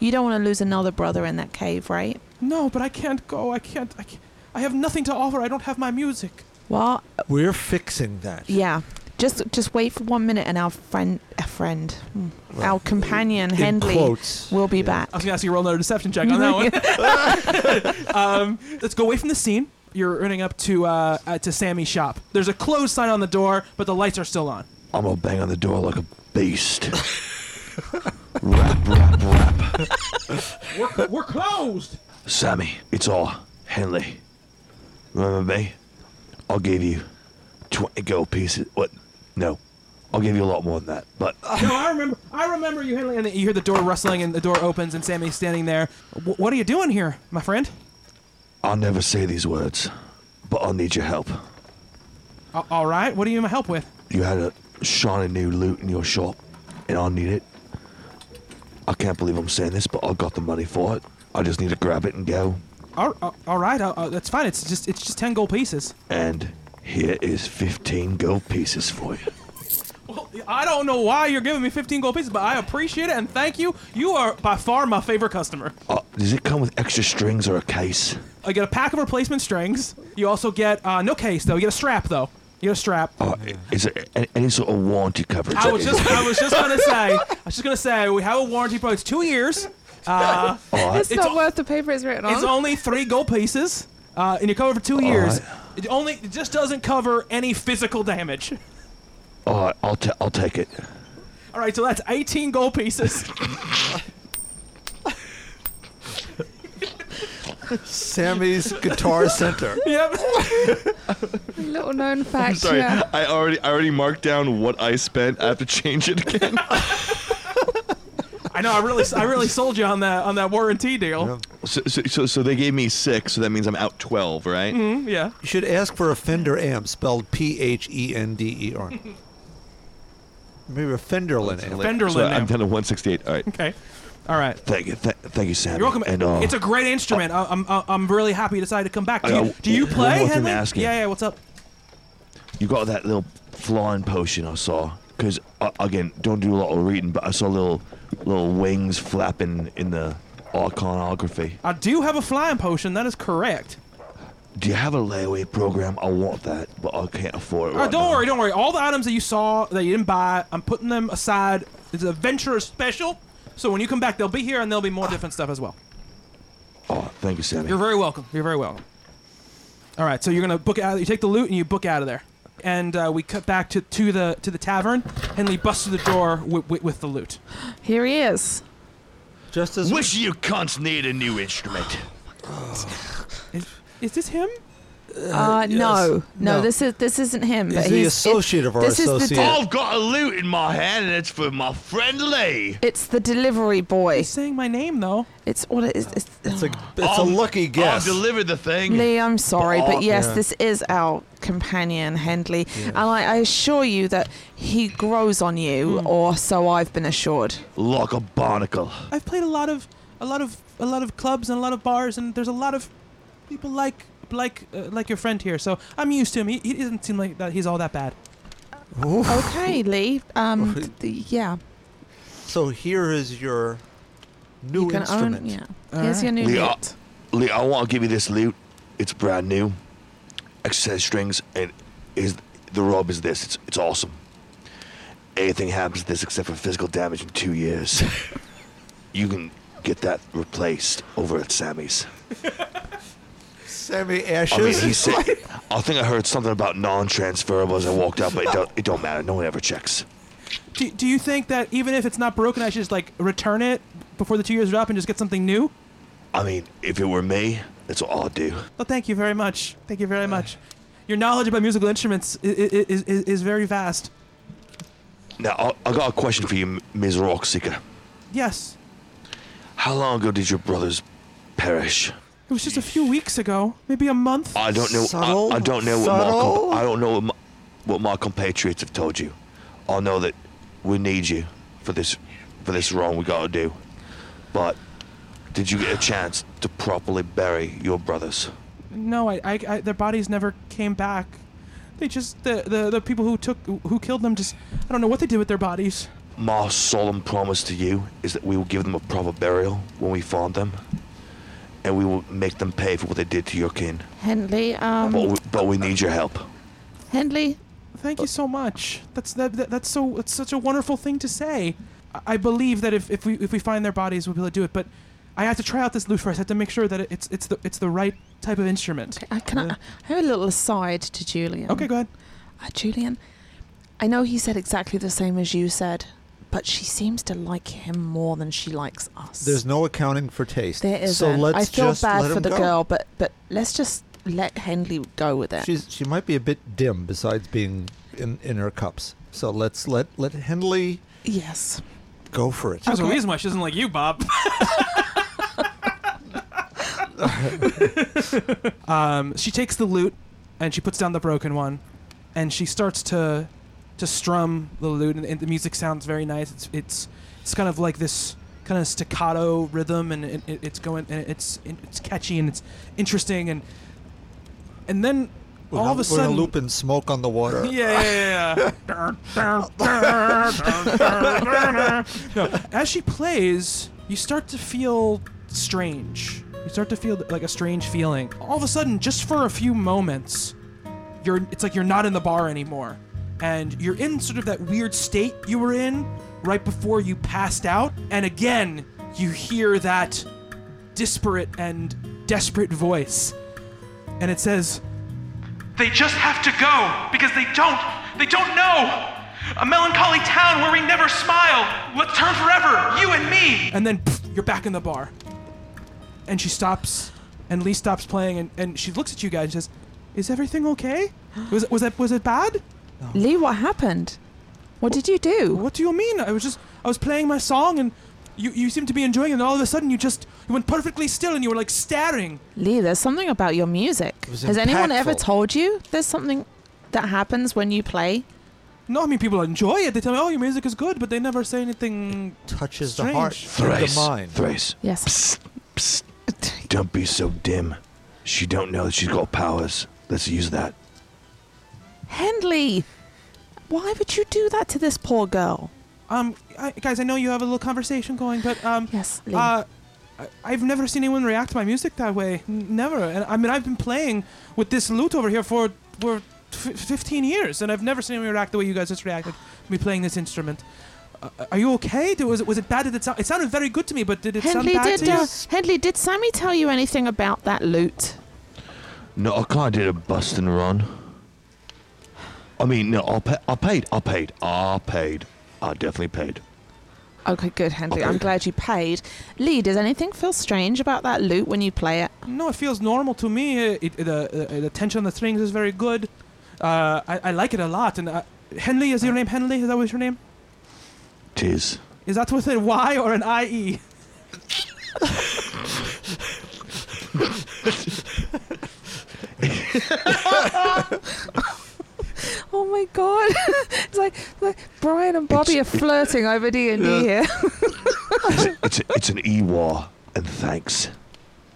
[SPEAKER 3] You don't want to lose another brother in that cave, right?
[SPEAKER 1] No, but I can't go. I can't. I, can't, I have nothing to offer. I don't have my music.
[SPEAKER 3] Well,
[SPEAKER 2] We're fixing that.
[SPEAKER 3] Yeah. Just just wait for one minute and our friend our friend. mm,
[SPEAKER 2] Well,
[SPEAKER 3] our companion
[SPEAKER 2] In
[SPEAKER 3] Henley
[SPEAKER 2] quotes.
[SPEAKER 3] will be
[SPEAKER 2] Yeah.
[SPEAKER 3] back.
[SPEAKER 1] I was gonna ask you to roll another deception check on that one. um, let's go away from the scene. You're running up to uh, uh, to Sammy's shop. There's a closed sign on the door, but the lights are still on.
[SPEAKER 4] I'm gonna bang on the door like a beast. rap, rap, rap.
[SPEAKER 1] We're, we're closed.
[SPEAKER 4] Sammy, it's all Henley. Remember me? I'll give you 20 gold pieces. What? No. I'll give you a lot more than that. But
[SPEAKER 1] No, I remember. I remember you, Henley. And you hear the door rustling, and the door opens, and Sammy's standing there. "Wh- what are you doing here, my friend?
[SPEAKER 4] I'll never say these words. But I'll need your help.
[SPEAKER 1] "A- all right. What do you need my help with?
[SPEAKER 4] You had a shiny new loot in your shop, and I need it. I can't believe I'm saying this, but I got the money for it. I just need to grab it and go.
[SPEAKER 1] All, all, all right. Uh, uh, that's fine. It's just it's just ten gold pieces.
[SPEAKER 4] And here is 15 gold pieces for you.
[SPEAKER 1] Well, I don't know why you're giving me 15 gold pieces, but I appreciate it and thank you. You are by far my favorite customer.
[SPEAKER 4] Uh, does it come with extra strings or a case?
[SPEAKER 1] I get a pack of replacement strings. You also get uh, no case though. You get a strap though. You get a strap.
[SPEAKER 4] Uh, is there a- any sort of warranty coverage?
[SPEAKER 1] I was just I was just gonna say I was just gonna say we have a warranty for it's two years. Uh,
[SPEAKER 4] Alright.
[SPEAKER 1] It's not o-
[SPEAKER 3] worth the paper it's written
[SPEAKER 1] it's only three gold pieces, uh, and you're covered for two years.
[SPEAKER 4] right.
[SPEAKER 1] It only it just doesn't cover any physical damage.
[SPEAKER 4] All right, I'll, ta- I'll take it.
[SPEAKER 1] All right, so that's 18 gold pieces.
[SPEAKER 2] Sammy's Guitar Center.
[SPEAKER 1] yep.
[SPEAKER 3] Little known fact.
[SPEAKER 5] I'm sorry. I already I already marked down what I spent. I have to change it again.
[SPEAKER 1] I know. I really I really sold you on that on that warranty deal.
[SPEAKER 5] so, so, so, so they gave me six, so that means I'm out twelve, right?
[SPEAKER 1] Mm, yeah.
[SPEAKER 2] You should ask for a Fender amp spelled P H E N D E R. Maybe a Fenderlin amp.
[SPEAKER 1] Fenderlin
[SPEAKER 5] So I'm
[SPEAKER 1] amp.
[SPEAKER 5] down to one sixty eight. All right.
[SPEAKER 1] Okay. All right.
[SPEAKER 4] Thank you, th- thank you, Sam.
[SPEAKER 1] You're welcome.
[SPEAKER 4] And uh,
[SPEAKER 1] it's a great instrument. I, I'm I- I'm really happy you decided to come back. Do
[SPEAKER 4] I
[SPEAKER 1] you,
[SPEAKER 4] got
[SPEAKER 1] do you
[SPEAKER 4] one
[SPEAKER 1] play?
[SPEAKER 4] more thing to
[SPEAKER 1] Henley?
[SPEAKER 4] ask you.
[SPEAKER 1] yeah, yeah. What's up?
[SPEAKER 4] you got that little flying potion I saw. Because uh, again, don't do a lot of reading, but I saw little little wings flapping in the iconography.
[SPEAKER 1] I do have a flying potion. That is correct.
[SPEAKER 4] Do you have a layaway program? I want that, but I can't afford it.
[SPEAKER 1] Uh,
[SPEAKER 4] right
[SPEAKER 1] don't
[SPEAKER 4] now.
[SPEAKER 1] worry, don't worry. All the items that you saw that you didn't buy, I'm putting them aside. It's an adventurer special. So when you come back, they'll be here and there'll be more different stuff as well.
[SPEAKER 4] Oh, thank you, Sammy.
[SPEAKER 1] You're very welcome. You're very welcome. All right, so you're gonna book out. You take the loot and you book out of there. And uh, we cut back to, to the to the tavern. Henley busts through the door with, with, with the loot.
[SPEAKER 3] Here he is.
[SPEAKER 2] Just as
[SPEAKER 4] Wish you cunts need a new instrument.
[SPEAKER 1] Is, is this him?
[SPEAKER 3] Uh, no, no,
[SPEAKER 2] No.
[SPEAKER 3] this is this isn't him.
[SPEAKER 2] He's
[SPEAKER 3] but
[SPEAKER 2] the
[SPEAKER 3] he's,
[SPEAKER 2] associate
[SPEAKER 3] it-
[SPEAKER 2] of our
[SPEAKER 3] this Is the
[SPEAKER 2] associate.
[SPEAKER 3] de-
[SPEAKER 4] I've got a loot in my hand, and it's for my friend Lee.
[SPEAKER 3] it's the delivery boy.
[SPEAKER 1] He's saying my name though.
[SPEAKER 3] It's what it is. It's,
[SPEAKER 2] it's a, it's a
[SPEAKER 4] I'll-
[SPEAKER 2] lucky guess.
[SPEAKER 4] I'll deliver the thing.
[SPEAKER 3] Lee, I'm sorry,
[SPEAKER 4] Oh,
[SPEAKER 3] but yes,
[SPEAKER 2] yeah.
[SPEAKER 3] this is our companion, Hendley, and I, I assure you that he grows on you, or so I've been assured.
[SPEAKER 4] Like a barnacle.
[SPEAKER 1] I've played a lot of a lot of a lot of clubs and a lot of bars, and there's a lot of people like like uh, like your friend here. So I'm used to him. He, he doesn't seem like that. He's all that bad.
[SPEAKER 2] Oof.
[SPEAKER 3] Okay, Lee. Um, th- th- yeah,
[SPEAKER 2] So here is your new
[SPEAKER 3] you can
[SPEAKER 2] instrument.
[SPEAKER 3] own. Yeah,
[SPEAKER 1] All
[SPEAKER 3] here's your new
[SPEAKER 4] Lee, I-
[SPEAKER 3] kit.
[SPEAKER 4] Lee, I want to give you this loot. It's brand new. Exercise strings, and is the rub is this. It's it's awesome. Anything happens to this except for physical damage in two years, you can get that replaced over at Sammy's.
[SPEAKER 2] Sammy
[SPEAKER 4] I
[SPEAKER 2] Ashes.
[SPEAKER 4] mean, he said. I think I heard something about non-transferable as I walked out, but it don't, it don't matter. No one ever checks.
[SPEAKER 1] Do, do you think that even if it's not broken, I should just like return it before the two years are up and just get something new?
[SPEAKER 4] I mean, if it were me, that's what I'll do.
[SPEAKER 1] Well, thank you very much. Thank you very much. Your knowledge about musical instruments is, is, is, is very vast.
[SPEAKER 4] Now, I, I got a question for you, M- Ms. Rockseeker.
[SPEAKER 1] Yes,
[SPEAKER 4] How long ago did your brothers perish?
[SPEAKER 1] it was just a few weeks ago, maybe a month.
[SPEAKER 4] I don't know. I-
[SPEAKER 2] Subtle?
[SPEAKER 4] I, don't know what my,
[SPEAKER 2] Subtle?
[SPEAKER 4] com- I don't know what my, what my compatriots have told you. I know that we need you for this for this wrong we gotta do. But did you get a chance to properly bury your brothers?
[SPEAKER 1] No, I, I, I, their bodies never came back. They just the, the the people who took who killed them just I don't know what they did with their bodies.
[SPEAKER 4] My solemn promise to you is that we will give them a proper burial when we find them, and we will make them pay for what they did to your kin.
[SPEAKER 3] Hendley.
[SPEAKER 4] But
[SPEAKER 3] Um,
[SPEAKER 4] we, but we need your help.
[SPEAKER 3] Hendley.
[SPEAKER 1] Thank you so much. That's that, that that's so it's such a wonderful thing to say. I, I believe that if, if we if we find their bodies, we'll be able to do it. But I have to try out this lute first. I have to make sure that it's it's the it's the right type of instrument.
[SPEAKER 3] I uh, can I, I have a little aside to Julian.
[SPEAKER 1] Okay, go ahead.
[SPEAKER 3] Uh, Julian, I know he said exactly the same as you said, but she seems to like him more than she likes us.
[SPEAKER 2] There's no accounting for taste.
[SPEAKER 3] there is.
[SPEAKER 2] So let's
[SPEAKER 3] I feel
[SPEAKER 2] just
[SPEAKER 3] bad
[SPEAKER 2] let
[SPEAKER 3] for
[SPEAKER 2] him
[SPEAKER 3] the
[SPEAKER 2] go.
[SPEAKER 3] girl, but but let's just let Henley go with it.
[SPEAKER 2] She's she might be a bit dim besides being in, in her cups. So let's let let Henley
[SPEAKER 3] yes.
[SPEAKER 2] go for it.
[SPEAKER 1] There's a
[SPEAKER 3] Okay.
[SPEAKER 1] reason why she doesn't like you, Bob. um, she takes the lute and she puts down the broken one, and she starts to to strum the lute, and, and the music sounds very nice. It's it's it's kind of like this kind of staccato rhythm, and it, it, it's going and it's it's catchy and it's interesting, and and then
[SPEAKER 2] We're
[SPEAKER 1] all
[SPEAKER 2] gonna,
[SPEAKER 1] of a
[SPEAKER 2] we're gonna
[SPEAKER 1] sudden,
[SPEAKER 2] loop in smoke on the water.
[SPEAKER 1] yeah, yeah, yeah, yeah. no, as she plays, you start to feel strange. You start to feel like a strange feeling. All of a sudden, just for a few moments, you're it's like you're not in the bar anymore. And you're in sort of that weird state you were in right before you passed out. And again, you hear that disparate and desperate voice. And it says, they just have to go because they don't. They don't know. A melancholy town where we never smile. Let's turn forever, you and me. And then pff, you're back in the bar. And she stops, and Lee stops playing, and, and she looks at you guys and says, "Is everything okay? Was was that was it bad?
[SPEAKER 3] Lee, what happened? What did you do?
[SPEAKER 1] What do you mean? I was just I was playing my song, and you you seemed to be enjoying, it, and all of a sudden you just you went perfectly still, and you were like staring.
[SPEAKER 3] Lee, there's something about your music.
[SPEAKER 2] was
[SPEAKER 3] Has anyone ever
[SPEAKER 2] impactful.
[SPEAKER 3] told you there's something that happens when you play?
[SPEAKER 1] No, I mean people enjoy it. They tell me, "Oh, your music is good," but they never say anything.
[SPEAKER 2] Touches the heart,
[SPEAKER 4] Thrace,
[SPEAKER 2] the mind.
[SPEAKER 4] Thrace,
[SPEAKER 3] Yes.
[SPEAKER 4] Psst, psst. Don't be so dim. She don't know that she's got powers. Let's use that.
[SPEAKER 3] Henley, why would you do that to this poor girl?
[SPEAKER 1] Um, I, guys, I know you have a little conversation going, but um,
[SPEAKER 3] Yes, Lee.
[SPEAKER 1] Uh, I- I've never seen anyone react to my music that way. N- never. And I mean, I've been playing with this lute over here for for f- 15 years, and I've never seen anyone react the way you guys just reacted to me playing this instrument. Uh, are you okay? Did, was it was it bad? Did it sound? It sounded very good to me, but did it sound
[SPEAKER 3] Henley
[SPEAKER 1] bad
[SPEAKER 3] did.
[SPEAKER 1] to you?
[SPEAKER 3] Uh, Henley, did Sammy tell you anything about that loot?
[SPEAKER 4] No, I kind of did a bust and run. I mean, no, I, pa- I paid. I paid. I paid. I definitely paid.
[SPEAKER 3] Okay, good, Henry. I'm glad you paid. Lee, does anything feel strange about that loot when you play it?
[SPEAKER 1] No, it feels normal to me. Uh, It, the, uh, the tension on the strings is very good. Uh, I, I like it a lot. And uh, Henley is your name. Henley is that what your name?
[SPEAKER 4] Tis.
[SPEAKER 1] Is that with a Y or an I E?
[SPEAKER 3] Oh my god! it's like, like Brian and Bobby
[SPEAKER 4] It's-
[SPEAKER 3] are flirting over D and D here.
[SPEAKER 4] It's, it's an EWA, and thanks.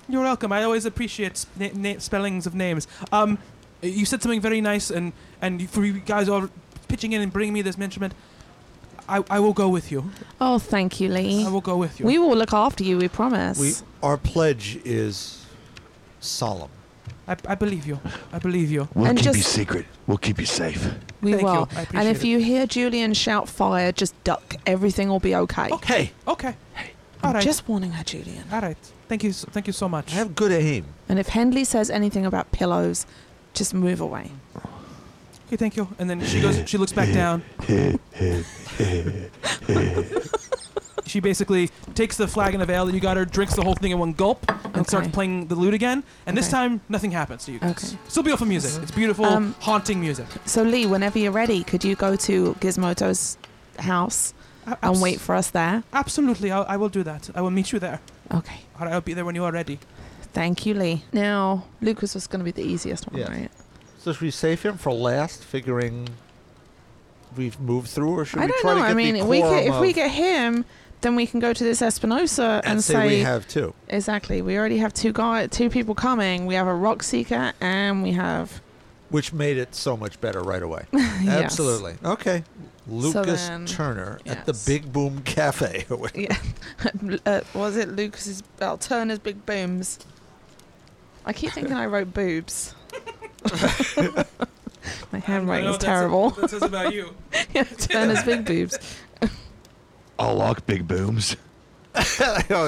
[SPEAKER 1] You're welcome. I always appreciate sp- na- na- spellings of names. Um, you said something very nice, and and for you guys all pitching in and bringing me this instrument, I, I will go with you.
[SPEAKER 3] Oh, thank you, Lee.
[SPEAKER 1] I will go with you.
[SPEAKER 3] We will look after you. We promise.
[SPEAKER 2] We, our pledge is solemn.
[SPEAKER 1] I, I believe you. I believe you.
[SPEAKER 4] We'll
[SPEAKER 3] And
[SPEAKER 4] keep you
[SPEAKER 3] just-
[SPEAKER 4] secret. We'll keep you safe.
[SPEAKER 3] We
[SPEAKER 1] Thank you.
[SPEAKER 3] will.
[SPEAKER 1] I appreciate
[SPEAKER 3] And if
[SPEAKER 1] it.
[SPEAKER 3] you hear Julian shout fire, just duck. Everything will be okay.
[SPEAKER 2] Okay.
[SPEAKER 1] Okay. All
[SPEAKER 3] I'm
[SPEAKER 1] right.
[SPEAKER 3] Just warning her, Julian.
[SPEAKER 1] all right. Thank you. s- Thank you so much.
[SPEAKER 2] I have good aim.
[SPEAKER 3] And if Hendley says anything about pillows, just move away.
[SPEAKER 1] Okay. Thank you. And then she goes. She looks back down. she basically takes the flagon of ale that you got her, drinks the whole thing in one gulp, and starts
[SPEAKER 3] Okay.
[SPEAKER 1] playing the lute again. And this
[SPEAKER 3] Okay.
[SPEAKER 1] time, nothing happens to you guys.
[SPEAKER 3] Okay.
[SPEAKER 1] Still beautiful music. It's beautiful,
[SPEAKER 3] Um,
[SPEAKER 1] haunting music.
[SPEAKER 3] So Lee, whenever you're ready, could you go to Gizmodo's house and wait for us there?
[SPEAKER 1] Absolutely, I, I will do that. I will meet you there.
[SPEAKER 3] Okay.
[SPEAKER 1] All right, I'll be there when you are ready.
[SPEAKER 3] Thank you, Lee. Now, Lucas was going to be the easiest one,
[SPEAKER 2] Yes.
[SPEAKER 3] right?
[SPEAKER 2] So should we save him for last, figuring we've moved through, or should
[SPEAKER 3] I
[SPEAKER 2] we
[SPEAKER 3] don't
[SPEAKER 2] try
[SPEAKER 3] know.
[SPEAKER 2] to get
[SPEAKER 3] I mean,
[SPEAKER 2] the
[SPEAKER 3] if we
[SPEAKER 2] quorum
[SPEAKER 3] get, if we
[SPEAKER 2] of-
[SPEAKER 3] get him, then we can go to this Espinosa and,
[SPEAKER 2] and say, we have two?
[SPEAKER 3] exactly. We already have two guy, two people coming. We have a rock seeker and we have
[SPEAKER 2] Which made it so much better right away.
[SPEAKER 3] Yes.
[SPEAKER 2] Absolutely. Okay. Lucas
[SPEAKER 3] then-
[SPEAKER 2] Turner at the
[SPEAKER 3] yes.
[SPEAKER 2] Big Boom Cafe. or whatever.
[SPEAKER 3] Yeah. uh, was it Lucas's uh, Turner's Big Booms? I keep thinking I wrote boobs. My handwriting is terrible.
[SPEAKER 1] that says about you.
[SPEAKER 3] yeah, Turner's Big Boobs.
[SPEAKER 4] I'll lock big booms.
[SPEAKER 3] We
[SPEAKER 2] Aren't you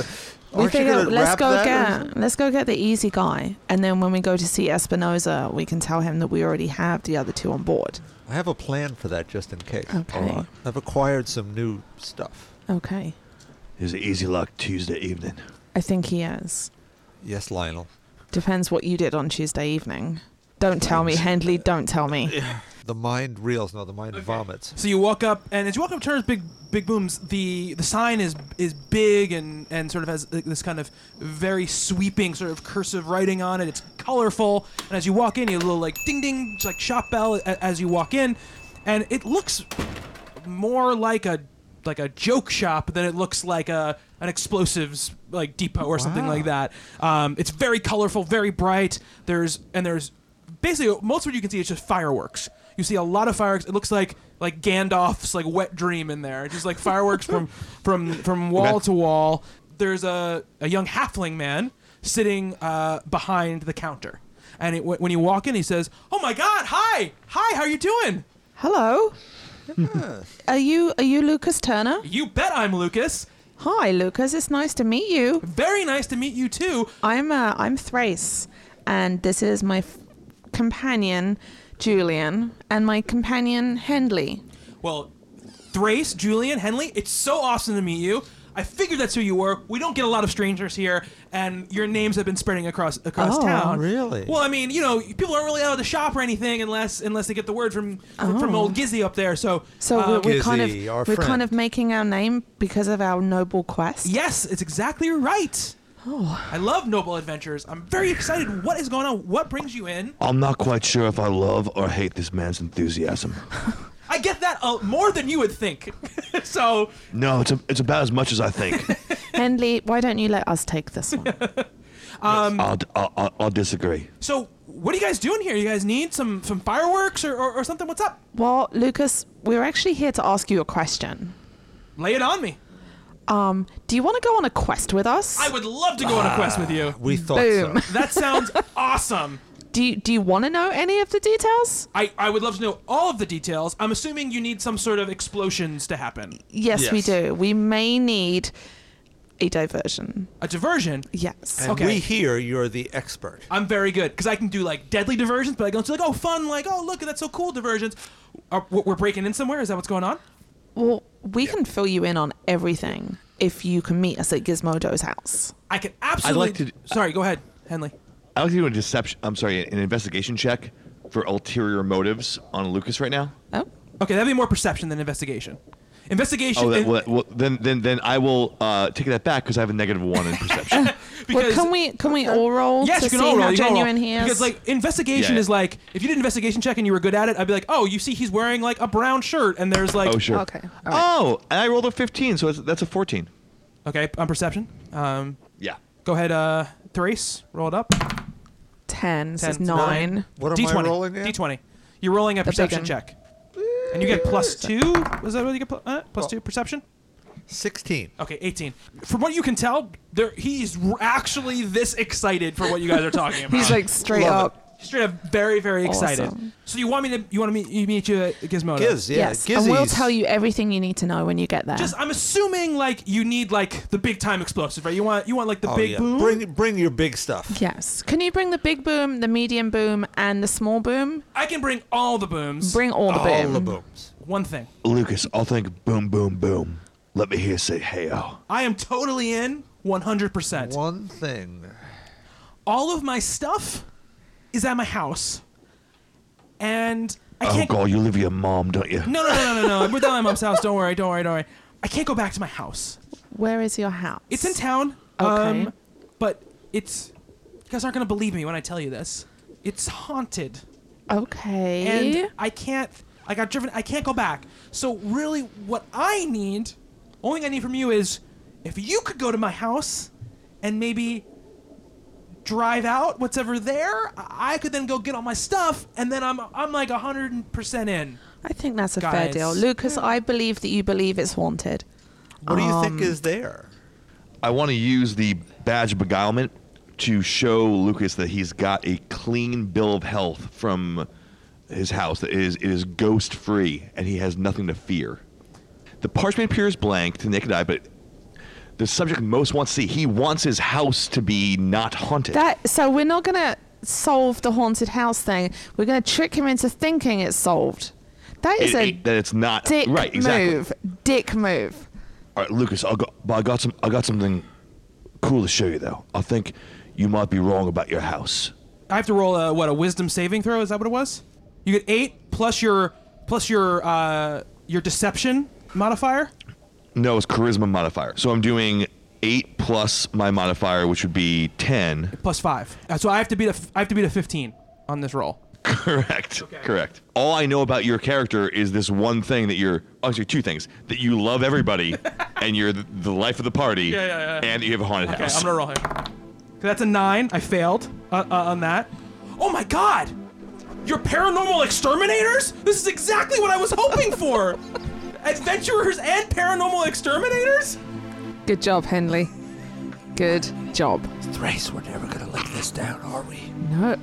[SPEAKER 3] figure
[SPEAKER 2] gonna
[SPEAKER 3] let's
[SPEAKER 2] wrap
[SPEAKER 3] go
[SPEAKER 2] that or-
[SPEAKER 3] get let's go get the easy guy, and then when we go to see Espinosa, we can tell him that we already have the other two on board.
[SPEAKER 2] I have a plan for that just in case. Uh,
[SPEAKER 3] Okay.
[SPEAKER 4] Alright.
[SPEAKER 2] I've acquired some new stuff.
[SPEAKER 3] Okay.
[SPEAKER 4] It's an easy lock Tuesday evening.
[SPEAKER 3] I think he is.
[SPEAKER 2] Yes, Lionel.
[SPEAKER 3] Depends what you did on Tuesday evening. Don't tell me, Hendley. Don't tell me.
[SPEAKER 2] The mind reels, no, the mind vomits.
[SPEAKER 1] So you walk up, and as you walk up Turner's Big Big Booms, the the sign is is big and and sort of has like this kind of very sweeping sort of cursive writing on it. It's colorful, and as you walk in, you have a little like ding ding, it's like shop bell a- as you walk in, and it looks more like a like a joke shop than it looks like a an explosives like depot or something like that. Um, it's very colorful, very bright. There's and there's basically most of what you can see is just fireworks. You see a lot of fireworks. It looks like like Gandalf's like wet dream in there. Just like fireworks from from from wall to wall. There's a a young halfling man sitting uh, behind the counter, and it, when you walk in, he says, "Oh my God! Hi, hi! How you doing?"
[SPEAKER 3] Hello. Are you are you Lucas Turner?
[SPEAKER 1] You bet I'm Lucas.
[SPEAKER 3] Hi, Lucas. It's nice to meet you.
[SPEAKER 1] Very nice to meet you too.
[SPEAKER 3] I'm uh, I'm Thrace, and this is my f- companion Julian and my companion Hendley.
[SPEAKER 1] Well, Thrace, Julian, Henley, it's so awesome to meet you. I figured that's who you were. We don't get a lot of strangers here, and your names have been spreading across across
[SPEAKER 3] Oh,
[SPEAKER 1] town.
[SPEAKER 2] really?
[SPEAKER 1] Well, I mean, you know, people aren't really out of the shop or anything unless unless they get the word from from old Gizzy up there. So,
[SPEAKER 3] Oh. So
[SPEAKER 1] uh,
[SPEAKER 3] we're, we're kind
[SPEAKER 2] Gizzy,
[SPEAKER 3] of
[SPEAKER 2] our
[SPEAKER 3] we're
[SPEAKER 2] friend.
[SPEAKER 3] kind of making our name because of our noble quest.
[SPEAKER 1] yes, it's exactly right. Oh. I love noble adventures. I'm very excited. What is going on? What brings you in?
[SPEAKER 4] I'm not quite sure if I love or hate this man's enthusiasm.
[SPEAKER 1] I get that uh, more than you would think. so,
[SPEAKER 4] No, it's, a, it's about as much as I think.
[SPEAKER 3] Hendley, why don't you let us take this one? Um,
[SPEAKER 4] I'll, I'll, I'll, I'll disagree.
[SPEAKER 1] so what are you guys doing here? You guys need some some fireworks or, or, or something? What's up?
[SPEAKER 3] well, Lucas, we're actually here to ask you a question.
[SPEAKER 1] Lay it on me.
[SPEAKER 3] Do you want to go on a quest with us?
[SPEAKER 1] I would love to go on a quest with you.
[SPEAKER 5] Ah.
[SPEAKER 2] We thought
[SPEAKER 3] Boom.
[SPEAKER 2] so.
[SPEAKER 1] That sounds awesome.
[SPEAKER 3] do you, do you want to know any of the details?
[SPEAKER 1] I, I would love to know all of the details. I'm assuming you need some sort of explosions to happen.
[SPEAKER 3] Yes, we
[SPEAKER 2] Yes.
[SPEAKER 3] do. We may need a diversion.
[SPEAKER 1] A diversion.
[SPEAKER 3] Yes.
[SPEAKER 2] And
[SPEAKER 1] Okay.
[SPEAKER 2] we hear you're the expert.
[SPEAKER 1] I'm very good because I can do like deadly diversions, but I can do Uh, like oh fun, like oh look that's so cool diversions. Are, we're breaking in somewhere. Is that what's going on?
[SPEAKER 3] Well, we can fill you in on everything if you can meet us at Gizmodo's house.
[SPEAKER 1] I can absolutely.
[SPEAKER 4] to-
[SPEAKER 1] sorry, go ahead, Henley.
[SPEAKER 5] I like to do a deception. I'm sorry, an investigation check for ulterior motives on Lucas right now.
[SPEAKER 3] Oh,
[SPEAKER 1] Okay, that'd be more perception than investigation. Investigation.
[SPEAKER 5] Oh, that,
[SPEAKER 3] eh.
[SPEAKER 1] and-
[SPEAKER 5] well, that- well, then, then, then I will uh, take that back because I have a negative one in perception.
[SPEAKER 3] well,
[SPEAKER 1] because
[SPEAKER 3] can we can we all roll
[SPEAKER 1] Yes,
[SPEAKER 3] to
[SPEAKER 1] you can
[SPEAKER 3] see
[SPEAKER 1] all roll.
[SPEAKER 3] how
[SPEAKER 1] you can all roll.
[SPEAKER 3] genuine he is?
[SPEAKER 1] Because like investigation
[SPEAKER 5] Yeah.
[SPEAKER 1] is like if you did an investigation check and you were good at it, I'd be like, oh, you see, he's wearing like a brown shirt, and there's like
[SPEAKER 5] oh sure.
[SPEAKER 3] Okay, all right.
[SPEAKER 5] Oh, and I rolled a 15, so that's, that's a 14.
[SPEAKER 1] okay on perception. Um,
[SPEAKER 5] Yeah.
[SPEAKER 1] go ahead, uh, Therese, roll it up.
[SPEAKER 3] ten, so it's
[SPEAKER 1] Ten.
[SPEAKER 3] nine.
[SPEAKER 2] What am
[SPEAKER 1] D20.
[SPEAKER 2] I rolling at?
[SPEAKER 1] D20. You're rolling a
[SPEAKER 3] The big
[SPEAKER 1] perception
[SPEAKER 3] one.
[SPEAKER 1] check, and you get plus two. Was that what you get? Pl- uh, plus
[SPEAKER 2] Oh.
[SPEAKER 1] two perception.
[SPEAKER 2] 16.
[SPEAKER 1] Okay, 18. From what you can tell, there he's r- actually this excited for what you guys are talking about.
[SPEAKER 3] He's like straight
[SPEAKER 2] Love
[SPEAKER 3] up.
[SPEAKER 1] straight up very very excited.
[SPEAKER 3] Awesome.
[SPEAKER 1] So you want me to you want to meet you meet you at Gizmodo?
[SPEAKER 2] Giz, yeah.
[SPEAKER 3] yes, and we'll
[SPEAKER 2] Gizzies.
[SPEAKER 3] tell you everything you need to know when you get there.
[SPEAKER 1] Just I'm assuming like you need like the big time explosive, right? You want you want like the
[SPEAKER 2] Oh,
[SPEAKER 1] big
[SPEAKER 2] yeah.
[SPEAKER 1] boom.
[SPEAKER 2] Bring, bring your big stuff.
[SPEAKER 3] yes. Can you bring the big boom, the medium boom, and the small boom?
[SPEAKER 1] I can bring all the booms.
[SPEAKER 3] Bring all the
[SPEAKER 2] All
[SPEAKER 3] boom.
[SPEAKER 2] the booms.
[SPEAKER 1] one thing.
[SPEAKER 4] Lucas, I'll think boom, boom, boom. Let me hear say hey oh.
[SPEAKER 1] I am totally in 100%.
[SPEAKER 2] One thing.
[SPEAKER 1] All of my stuff is at my house. And I
[SPEAKER 4] Oh
[SPEAKER 1] can't
[SPEAKER 4] god, you live with your mom, don't you?
[SPEAKER 1] No, no, no, no, no, no. We're down at my mom's house. Don't worry. Don't worry. Don't worry. I can't go back to my house.
[SPEAKER 3] Where is your house?
[SPEAKER 1] It's in town.
[SPEAKER 3] Okay.
[SPEAKER 1] Um, but it's you guys aren't gonna believe me when I tell you this. It's haunted, and
[SPEAKER 3] Okay.
[SPEAKER 1] I can't. I got driven. I can't go back. So really, what I need, only thing I need from you is, if you could go to my house, and maybe drive out what's ever there. I I could then go get all my stuff, and then I'm I'm like hundred percent in.
[SPEAKER 3] I think that's a fair
[SPEAKER 1] Guys.
[SPEAKER 3] deal. Lucas, I believe that you believe it's haunted.
[SPEAKER 2] What do you
[SPEAKER 1] Um,
[SPEAKER 2] think is there?
[SPEAKER 5] I want to use the badge of beguilement to show Lucas that he's got a clean bill of health from his house. That it is it is ghost free, and he has nothing to fear. The parchment appears blank to the naked eye, but the subject most wants to see. He wants his house to be not haunted.
[SPEAKER 3] That so we're not gonna solve the haunted house thing. We're gonna trick him into thinking it's solved. That is
[SPEAKER 5] It-
[SPEAKER 3] a
[SPEAKER 5] it- that it's not
[SPEAKER 3] dick
[SPEAKER 5] right. Exactly.
[SPEAKER 3] move. Dick move.
[SPEAKER 4] All right, Lucas, I got, but I got some, I got something cool to show you though. I think you might be wrong about your house.
[SPEAKER 1] I have to roll a what a wisdom saving throw. Is that what it was? You get eight plus your plus your uh, your deception modifier.
[SPEAKER 5] No, it's charisma modifier. So I'm doing eight plus my modifier, which would be ten.
[SPEAKER 1] plus five. Uh, So I have to beat a f- I have to beat a fifteen on this roll.
[SPEAKER 5] Correct. Correct. All I know about your character is this one thing that you're actually two things that you love everybody, and you're the, the life of the party,
[SPEAKER 1] Yeah, yeah, yeah.
[SPEAKER 5] and you have a haunted
[SPEAKER 1] Okay,
[SPEAKER 5] house.
[SPEAKER 1] I'm gonna roll here. 'Kay, That's a nine. I failed uh, uh, on that. Oh my god! You're paranormal exterminators. This is exactly what I was hoping for. Adventurers and paranormal exterminators.
[SPEAKER 3] Good job, Henley. Good job.
[SPEAKER 2] Thrace, we're never going to let this down, are we?
[SPEAKER 3] Nope.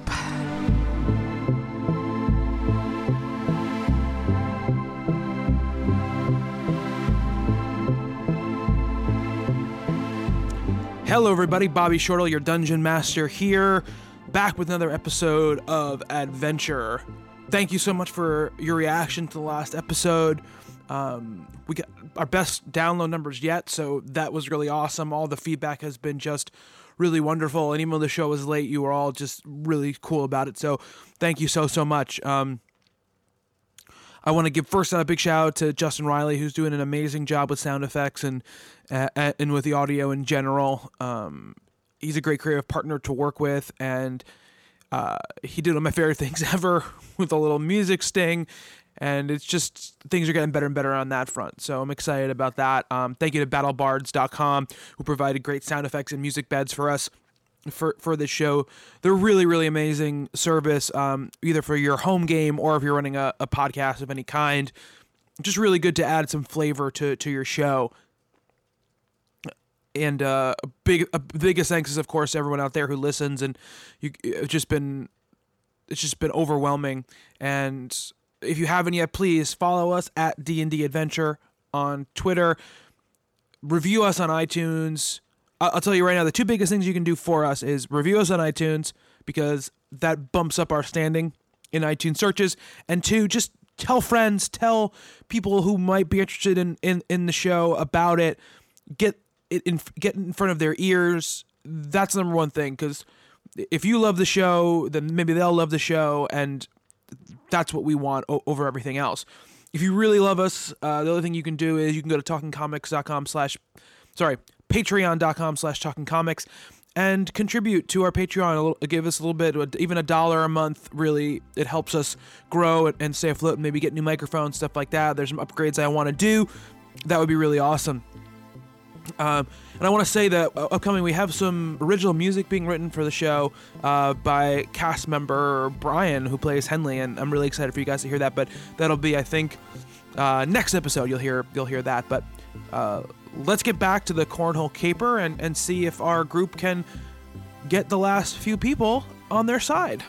[SPEAKER 1] Hello, everybody. Bobby Shortle, your dungeon master, here, back with another episode of Adventure. Thank you so much for your reaction to the last episode. Um, we got our best download numbers yet, so that was really awesome. All the feedback has been just really wonderful, and even though the show was late, you were all just really cool about it. So, thank you so so much. Um, I want to give first out a big shout out to Justin Riley, who's doing an amazing job with sound effects and uh, uh, and with the audio in general. Um, he's a great creative partner to work with, and uh, he did one of my favorite things ever with a little music sting. And it's just things are getting better and better on that front. So I'm excited about that. Um, thank you to battlebards.com, who provided great sound effects and music beds for us for for this show. They're really really amazing service, um, either for your home game or if you're running a, a podcast of any kind. Just really good to add some flavor to to your show. And uh, a big a biggest thanks is of course to everyone out there who listens and you it's just been it's just been overwhelming. And if you haven't yet, please follow us at D and D Adventure on Twitter review us on iTunes. I- I'll tell you right now, the two biggest things you can do for us is review us on iTunes because that bumps up our standing in iTunes searches, and two, just tell friends, tell people who might be interested in in, in the show about it. Get it in get in front of their ears. That's the number one thing because if you love the show, then maybe they'll love the show, and that's what we want o- over everything else. If you really love us, uh, the other thing you can do is you can go to talkingcomics.com slash, sorry, patreon.com slash talkingcomics and contribute to our Patreon. A little, give us a little bit, even a dollar a month, really. It helps us grow and, and stay afloat and maybe get new microphones, stuff like that. There's some upgrades I want to do. That would be really awesome. Um, and I want to say that uh, upcoming we have some original music being written for the show uh, by cast member Brian, who plays Henley, and I'm really excited for you guys to hear that. But that'll be, I think, uh, next episode. You'll hear you'll hear that. But uh, let's get back to the cornhole caper and and see if our group can get the last few people on their side.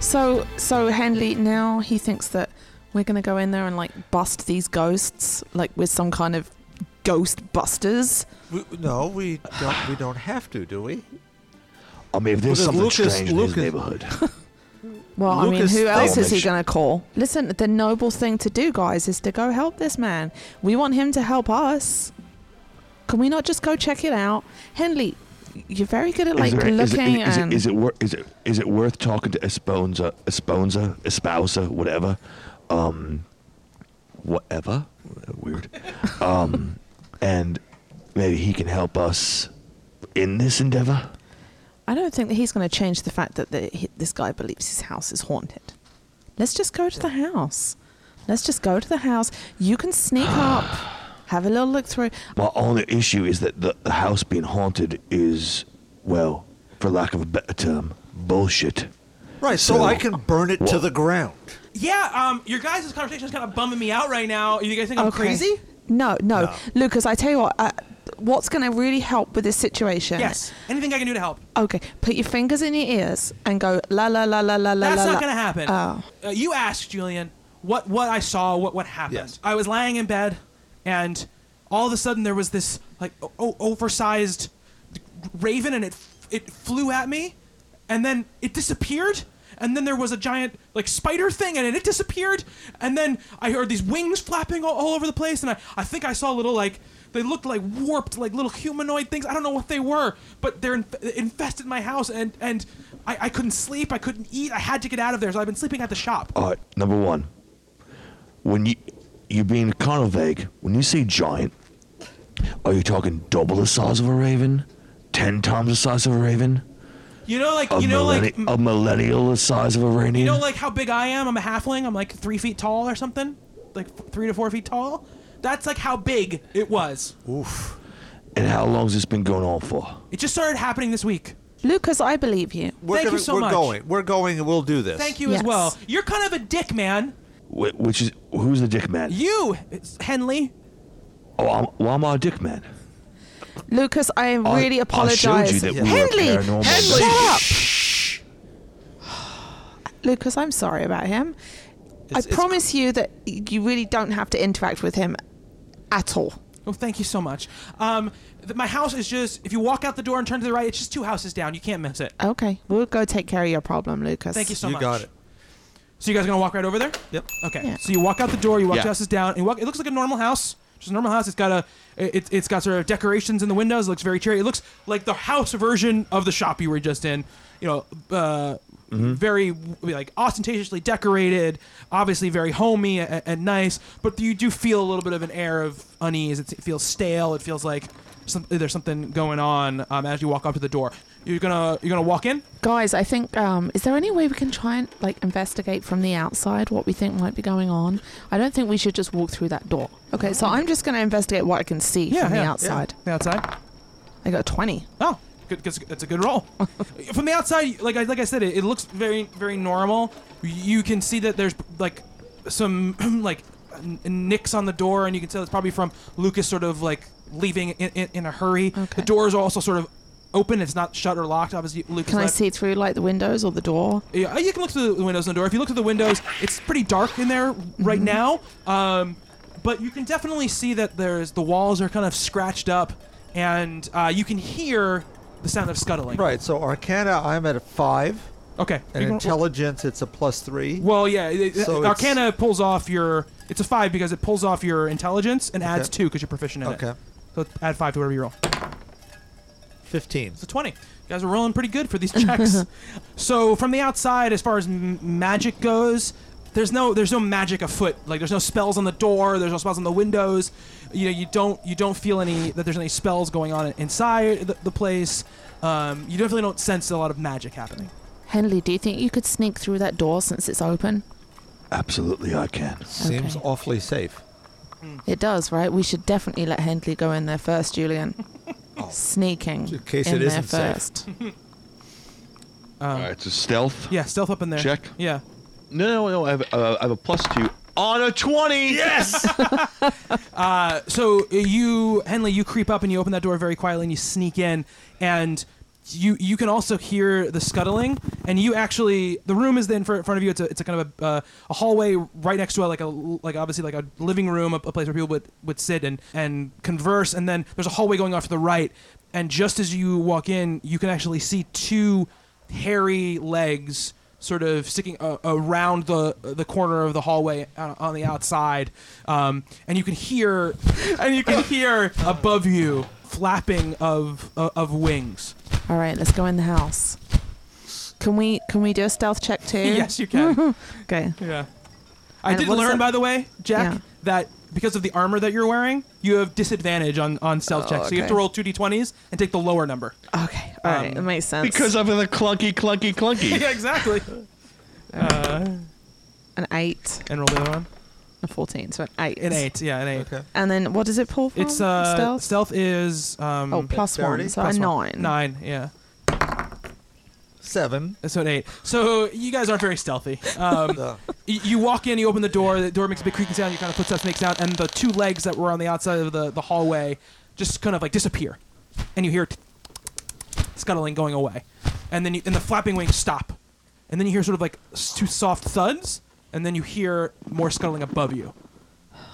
[SPEAKER 3] So, so Henley now he thinks that we're gonna go in there and like bust these ghosts, like with some kind of ghost busters.
[SPEAKER 2] We, no, we don't. We don't have to, do we?
[SPEAKER 4] I mean, if there's
[SPEAKER 2] Well,
[SPEAKER 4] something
[SPEAKER 2] there's Lucas-
[SPEAKER 4] strange
[SPEAKER 2] Lucas-
[SPEAKER 4] in this neighborhood,
[SPEAKER 3] Well,
[SPEAKER 2] Lucas
[SPEAKER 3] I mean, who else is he
[SPEAKER 4] Thalmage.
[SPEAKER 3] going to call? Listen, the noble thing to do, guys, is to go help this man. We want him to help us. Can we not just go check it out? Henley, you're very good at like
[SPEAKER 4] is, there, is, it,
[SPEAKER 3] looking
[SPEAKER 4] is, it,
[SPEAKER 3] and
[SPEAKER 4] is, it, wor- is it is it worth talking to Esponza, Esponza, Espousa, whatever, um, whatever, weird, um, and maybe he can help us in this endeavor.
[SPEAKER 3] I don't think that he's going to change the fact that the, he, this guy believes his house is haunted. Let's just go to the house. Let's just go to the house. You can sneak up, have a little look through.
[SPEAKER 4] My only issue is that the, the house being haunted is, well, for lack of a better term, bullshit.
[SPEAKER 2] Right. So,
[SPEAKER 4] So-
[SPEAKER 2] I can burn it to
[SPEAKER 4] Well-
[SPEAKER 2] the ground.
[SPEAKER 1] Yeah, um, your guys' conversation is kind of bumming me out right now. You guys think
[SPEAKER 3] Okay. No, no,
[SPEAKER 2] No.
[SPEAKER 3] Lucas. I tell you what. Uh, what's going to really help with this situation?
[SPEAKER 1] Anything I can do to help?
[SPEAKER 3] Okay, put your fingers in your ears and go la la la la la la.
[SPEAKER 1] That's
[SPEAKER 3] la,
[SPEAKER 1] not
[SPEAKER 3] la.
[SPEAKER 1] gonna happen.
[SPEAKER 3] Oh.
[SPEAKER 1] Uh, you asked Julian what what I saw, what what happened.
[SPEAKER 2] Yes.
[SPEAKER 1] I was lying in bed, and all of a sudden there was this like o- o- oversized raven, and it f- it flew at me, and then it disappeared. And then there was a giant like spider thing, and it disappeared. And then I heard these wings flapping all, all over the place, and I, I think I saw little like they looked like warped like little humanoid things. I don't know what they were, but they're inf- infested my house, and and I, I couldn't sleep, I couldn't eat, I had to get out of there, so I've been sleeping at the shop.
[SPEAKER 4] All right, number one, when you you're being kind of vague. When you say giant, are you talking double the size of a raven, ten times the size of a raven,
[SPEAKER 1] You know, like
[SPEAKER 4] a,
[SPEAKER 1] you know, like
[SPEAKER 4] millenni- a millennial the size of a raven?
[SPEAKER 1] You know, like how big I am. I'm a halfling. I'm like three feet tall or something, like f- three to four feet tall. That's like how big it was.
[SPEAKER 2] Oof.
[SPEAKER 4] and how long's this been going on for?
[SPEAKER 1] It just started happening this week.
[SPEAKER 3] Lucas, I believe you.
[SPEAKER 2] We're
[SPEAKER 1] Thank you
[SPEAKER 2] gonna,
[SPEAKER 1] so
[SPEAKER 2] We're
[SPEAKER 1] much.
[SPEAKER 2] going. We're going, and we'll do this.
[SPEAKER 1] Thank you as
[SPEAKER 3] Yes.
[SPEAKER 1] well. You're kind of a dick, man.
[SPEAKER 4] Wh- which is who's the dick man?
[SPEAKER 1] You, it's Henley.
[SPEAKER 4] Oh, I'm, well, I'm a dick man.
[SPEAKER 3] Lucas, I
[SPEAKER 4] I-
[SPEAKER 3] really apologize.
[SPEAKER 4] I showed you that we
[SPEAKER 3] Henley,
[SPEAKER 4] were paranormal.
[SPEAKER 3] Henley, shut up. Lucas, I'm sorry about him. I promise you that you really don't have to interact with him at all.
[SPEAKER 1] Oh, thank you so much. Um, th- my house is just if you walk out the door and turn to the right, it's just two houses down. You can't miss it.
[SPEAKER 3] Okay, we'll go take care of your problem, Lucas.
[SPEAKER 1] Thank you so
[SPEAKER 2] You
[SPEAKER 1] much.
[SPEAKER 2] got it.
[SPEAKER 1] So you guys are gonna walk right over there?
[SPEAKER 2] Yep.
[SPEAKER 1] Okay.
[SPEAKER 3] Yeah.
[SPEAKER 1] So you walk out the door, you walk
[SPEAKER 5] Yeah.
[SPEAKER 1] two houses down, and you walk. It looks like a normal house, just a normal house. It's got a, it, it's got sort of decorations in the windows. It looks very cheery. It looks like the house version of the shop you were just in. You know, uh, very like ostentatiously decorated, obviously very homey and, and nice. But you do feel a little bit of an air of unease. It, it feels stale. It feels like some, there's something going on um, as you walk up to the door. You're gonna you're gonna walk in.
[SPEAKER 3] guys. I think um, is there any way we can try and like investigate from the outside what we think might be going on? I don't think we should just walk through that door. Okay, so I'm just going to investigate what I can see from the outside.
[SPEAKER 1] The outside.
[SPEAKER 3] I got 20.
[SPEAKER 1] Oh, good, good, it's a good roll. From the outside, like I, like I said, it, it looks very very normal. You can see that there's like some like n- nicks on the door, and you can tell it's probably from Lucas sort of like leaving in, in, in a hurry.
[SPEAKER 3] Okay.
[SPEAKER 1] The doors are also sort of
[SPEAKER 5] open. It's not shut or locked. Obviously, Lucas.
[SPEAKER 3] Can I
[SPEAKER 5] left.
[SPEAKER 3] see through like the windows or the door?
[SPEAKER 5] Yeah, you can look through the windows and the door. If you look through the windows, it's pretty dark in there
[SPEAKER 3] Mm-hmm.
[SPEAKER 5] right now. Um, but you can definitely see that there's the walls are kind of scratched up, and uh, you can hear the sound of scuttling.
[SPEAKER 2] Right. So Arcana, I'm at a five,
[SPEAKER 5] Okay.
[SPEAKER 2] and
[SPEAKER 5] You can-
[SPEAKER 2] intelligence, it's a plus three.
[SPEAKER 5] well, yeah. It,
[SPEAKER 2] So it's-
[SPEAKER 5] Arcana pulls off your. It's a five because it pulls off your intelligence and adds
[SPEAKER 2] Okay.
[SPEAKER 5] two because you're proficient in it.
[SPEAKER 2] Okay.
[SPEAKER 5] So add five to whatever you roll.
[SPEAKER 2] Fifteen.
[SPEAKER 5] It's a 20. You guys are rolling pretty good for these checks. so from the outside, as far as m- magic goes, there's no there's no magic afoot. Like there's no spells on the door. There's no spells on the windows. You know you don't you don't feel any that there's any spells going on inside the, the place. Um, you definitely don't sense a lot of magic happening.
[SPEAKER 3] Henley, do you think you could sneak through that door since it's open?
[SPEAKER 6] Absolutely, I can.
[SPEAKER 2] Seems
[SPEAKER 3] Okay.
[SPEAKER 2] awfully safe.
[SPEAKER 3] It does, right? We should definitely let Henley go in there first, Julian.
[SPEAKER 5] Oh.
[SPEAKER 3] Sneaking
[SPEAKER 2] In case
[SPEAKER 3] in
[SPEAKER 2] it
[SPEAKER 3] there
[SPEAKER 2] isn't safe.
[SPEAKER 3] first.
[SPEAKER 5] Um,
[SPEAKER 1] Uh,
[SPEAKER 4] All right, so stealth.
[SPEAKER 5] Yeah, stealth up in there.
[SPEAKER 4] Check.
[SPEAKER 5] Yeah.
[SPEAKER 4] No, no, no. I have, uh, I have a plus two on a twenty. Yes.
[SPEAKER 5] so uh, you henley you creep up and you open that door very quietly and you sneak in and you you can also hear the scuttling and you actually the room is then for, in front of you it's a, it's a kind of a, uh, a hallway right next to a, like a like obviously like a living room a, a place where people would, would sit and and converse and then there's a hallway going off to the right and just as you walk in you can actually see two hairy legs sort of sticking uh, around the the corner of the hallway uh, on the outside, um, and you can hear and you can hear above you flapping of uh, of wings.
[SPEAKER 3] All right, let's go in the house. Can we can we do a stealth check too?
[SPEAKER 5] Yes, you can.
[SPEAKER 3] Okay.
[SPEAKER 5] yeah, I
[SPEAKER 3] And
[SPEAKER 5] did
[SPEAKER 3] what is
[SPEAKER 5] learn,
[SPEAKER 3] that-
[SPEAKER 5] by the way, Jack,
[SPEAKER 3] Yeah.
[SPEAKER 5] that because of the armor that you're wearing, you have disadvantage on on stealth
[SPEAKER 3] Oh,
[SPEAKER 5] checks. So you have
[SPEAKER 3] okay.
[SPEAKER 5] to roll two d20s and take the lower number.
[SPEAKER 3] Okay. All right.
[SPEAKER 5] Um,
[SPEAKER 3] that makes sense.
[SPEAKER 4] because I'm in the clunky, clunky,
[SPEAKER 5] yeah,
[SPEAKER 4] clunky.
[SPEAKER 5] exactly.
[SPEAKER 3] an eight,
[SPEAKER 5] And roll the other one.
[SPEAKER 3] a fourteen, so an eight.
[SPEAKER 5] An eight. Yeah, an eight.
[SPEAKER 2] Okay.
[SPEAKER 3] And then what does it pull from?
[SPEAKER 5] It's uh stealth,
[SPEAKER 3] Oh, stealth.
[SPEAKER 5] is um
[SPEAKER 3] oh, plus one,
[SPEAKER 2] Dexterity?
[SPEAKER 3] so
[SPEAKER 5] plus
[SPEAKER 3] a
[SPEAKER 5] one. Nine.
[SPEAKER 3] nine.
[SPEAKER 5] Yeah.
[SPEAKER 2] Seven.
[SPEAKER 5] So an eight. So you guys aren't very stealthy. Um,
[SPEAKER 2] Uh,
[SPEAKER 5] y- you walk in, you open the door. The door makes a big creaking sound. You kind of footsteps makes sound, and the two legs that were on the outside of the, the hallway just kind of like disappear, and you hear scuttling going away, and then you, and the flapping wings stop, and then you hear sort of like s- two soft thuds, and then you hear more scuttling above you.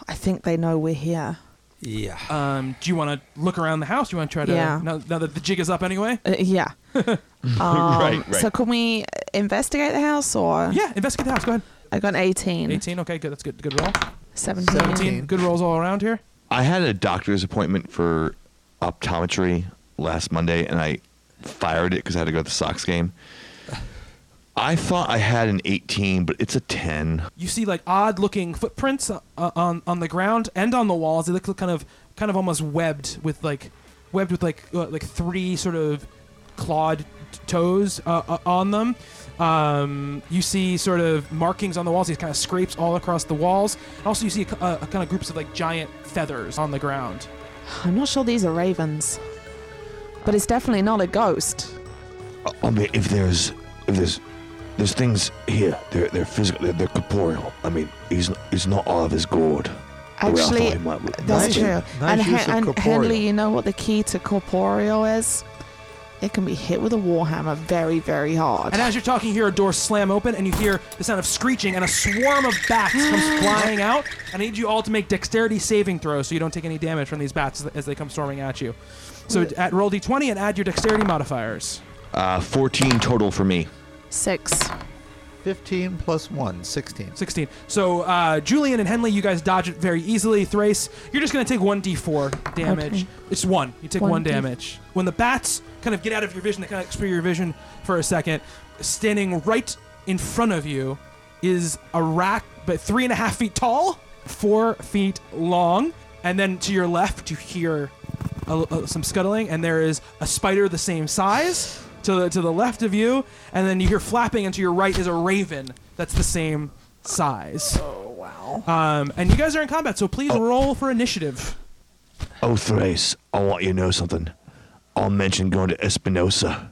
[SPEAKER 3] I think they know we're here.
[SPEAKER 2] yeah.
[SPEAKER 1] Uh,
[SPEAKER 5] Um, do you want to look around the house? Do you want to try to
[SPEAKER 3] Yeah.
[SPEAKER 5] now, now that the jig is up anyway?
[SPEAKER 3] Uh, yeah.
[SPEAKER 4] right, right.
[SPEAKER 3] Um, So can we investigate the house or?
[SPEAKER 5] Yeah, investigate the house. Go ahead.
[SPEAKER 3] I got an 18.
[SPEAKER 5] 18. Okay, good. That's good. Good roll.
[SPEAKER 3] 17.
[SPEAKER 5] 18.
[SPEAKER 2] 17.
[SPEAKER 5] Good rolls all around here.
[SPEAKER 4] I had a doctor's appointment for optometry last Monday, and I fired it because I had to go to the Sox game. I thought I had an 18, but it's a 10.
[SPEAKER 5] you see like odd looking footprints uh, on on the ground and on the walls they look kind of kind of almost webbed with like webbed with like uh, like three sort of clawed t- toes uh, uh, on them um, you see sort of markings on the walls these kind of scrapes all across the walls also you see a, c- a- a kind of groups of like giant feathers on the ground
[SPEAKER 3] I'm not sure these are ravens, but it's definitely not a ghost.
[SPEAKER 6] I- I mean, if there's if there's there's things here, they're they're physical, they're, they're corporeal. I mean, he's not, he's not all of his gourd. the way I thought
[SPEAKER 3] Actually,
[SPEAKER 6] he might- might
[SPEAKER 3] That's
[SPEAKER 2] Nice.
[SPEAKER 6] be.
[SPEAKER 3] true.
[SPEAKER 2] Nice
[SPEAKER 3] and
[SPEAKER 2] use
[SPEAKER 3] Hen-
[SPEAKER 2] of
[SPEAKER 3] and
[SPEAKER 2] corporeal.
[SPEAKER 3] Henley, you know what the key to corporeal is? It can be hit with a warhammer very, very hard.
[SPEAKER 5] and as you're talking you hear a door slam open and you hear the sound of screeching and a swarm of bats comes flying out i need you all to make dexterity saving throws so you don't take any damage from these bats as- as they come storming at you so at roll d20 and add your dexterity modifiers
[SPEAKER 4] Uh, 14 total for me.
[SPEAKER 3] Six.
[SPEAKER 2] Fifteen plus one. Sixteen.
[SPEAKER 5] 16 so uh, julian and henley you guys dodge it very easily thrace you're just going to take 1d4 damage
[SPEAKER 3] Okay.
[SPEAKER 5] it's one you take one,
[SPEAKER 3] One D-
[SPEAKER 5] damage when the bats kind of get out of your vision they kind of obscure your vision for a second standing right in front of you is a rat but three and a half feet tall four feet long and then to your left you hear a, a- some scuttling and there is a spider the same size to the, to the left of you and then you hear flapping and to your right is a raven that's the same size
[SPEAKER 3] Oh, wow. Oh.
[SPEAKER 5] um, and you guys are in combat so please roll for initiative
[SPEAKER 6] Oh, Thrace, I want you to know something. I'll mention going to Espinosa.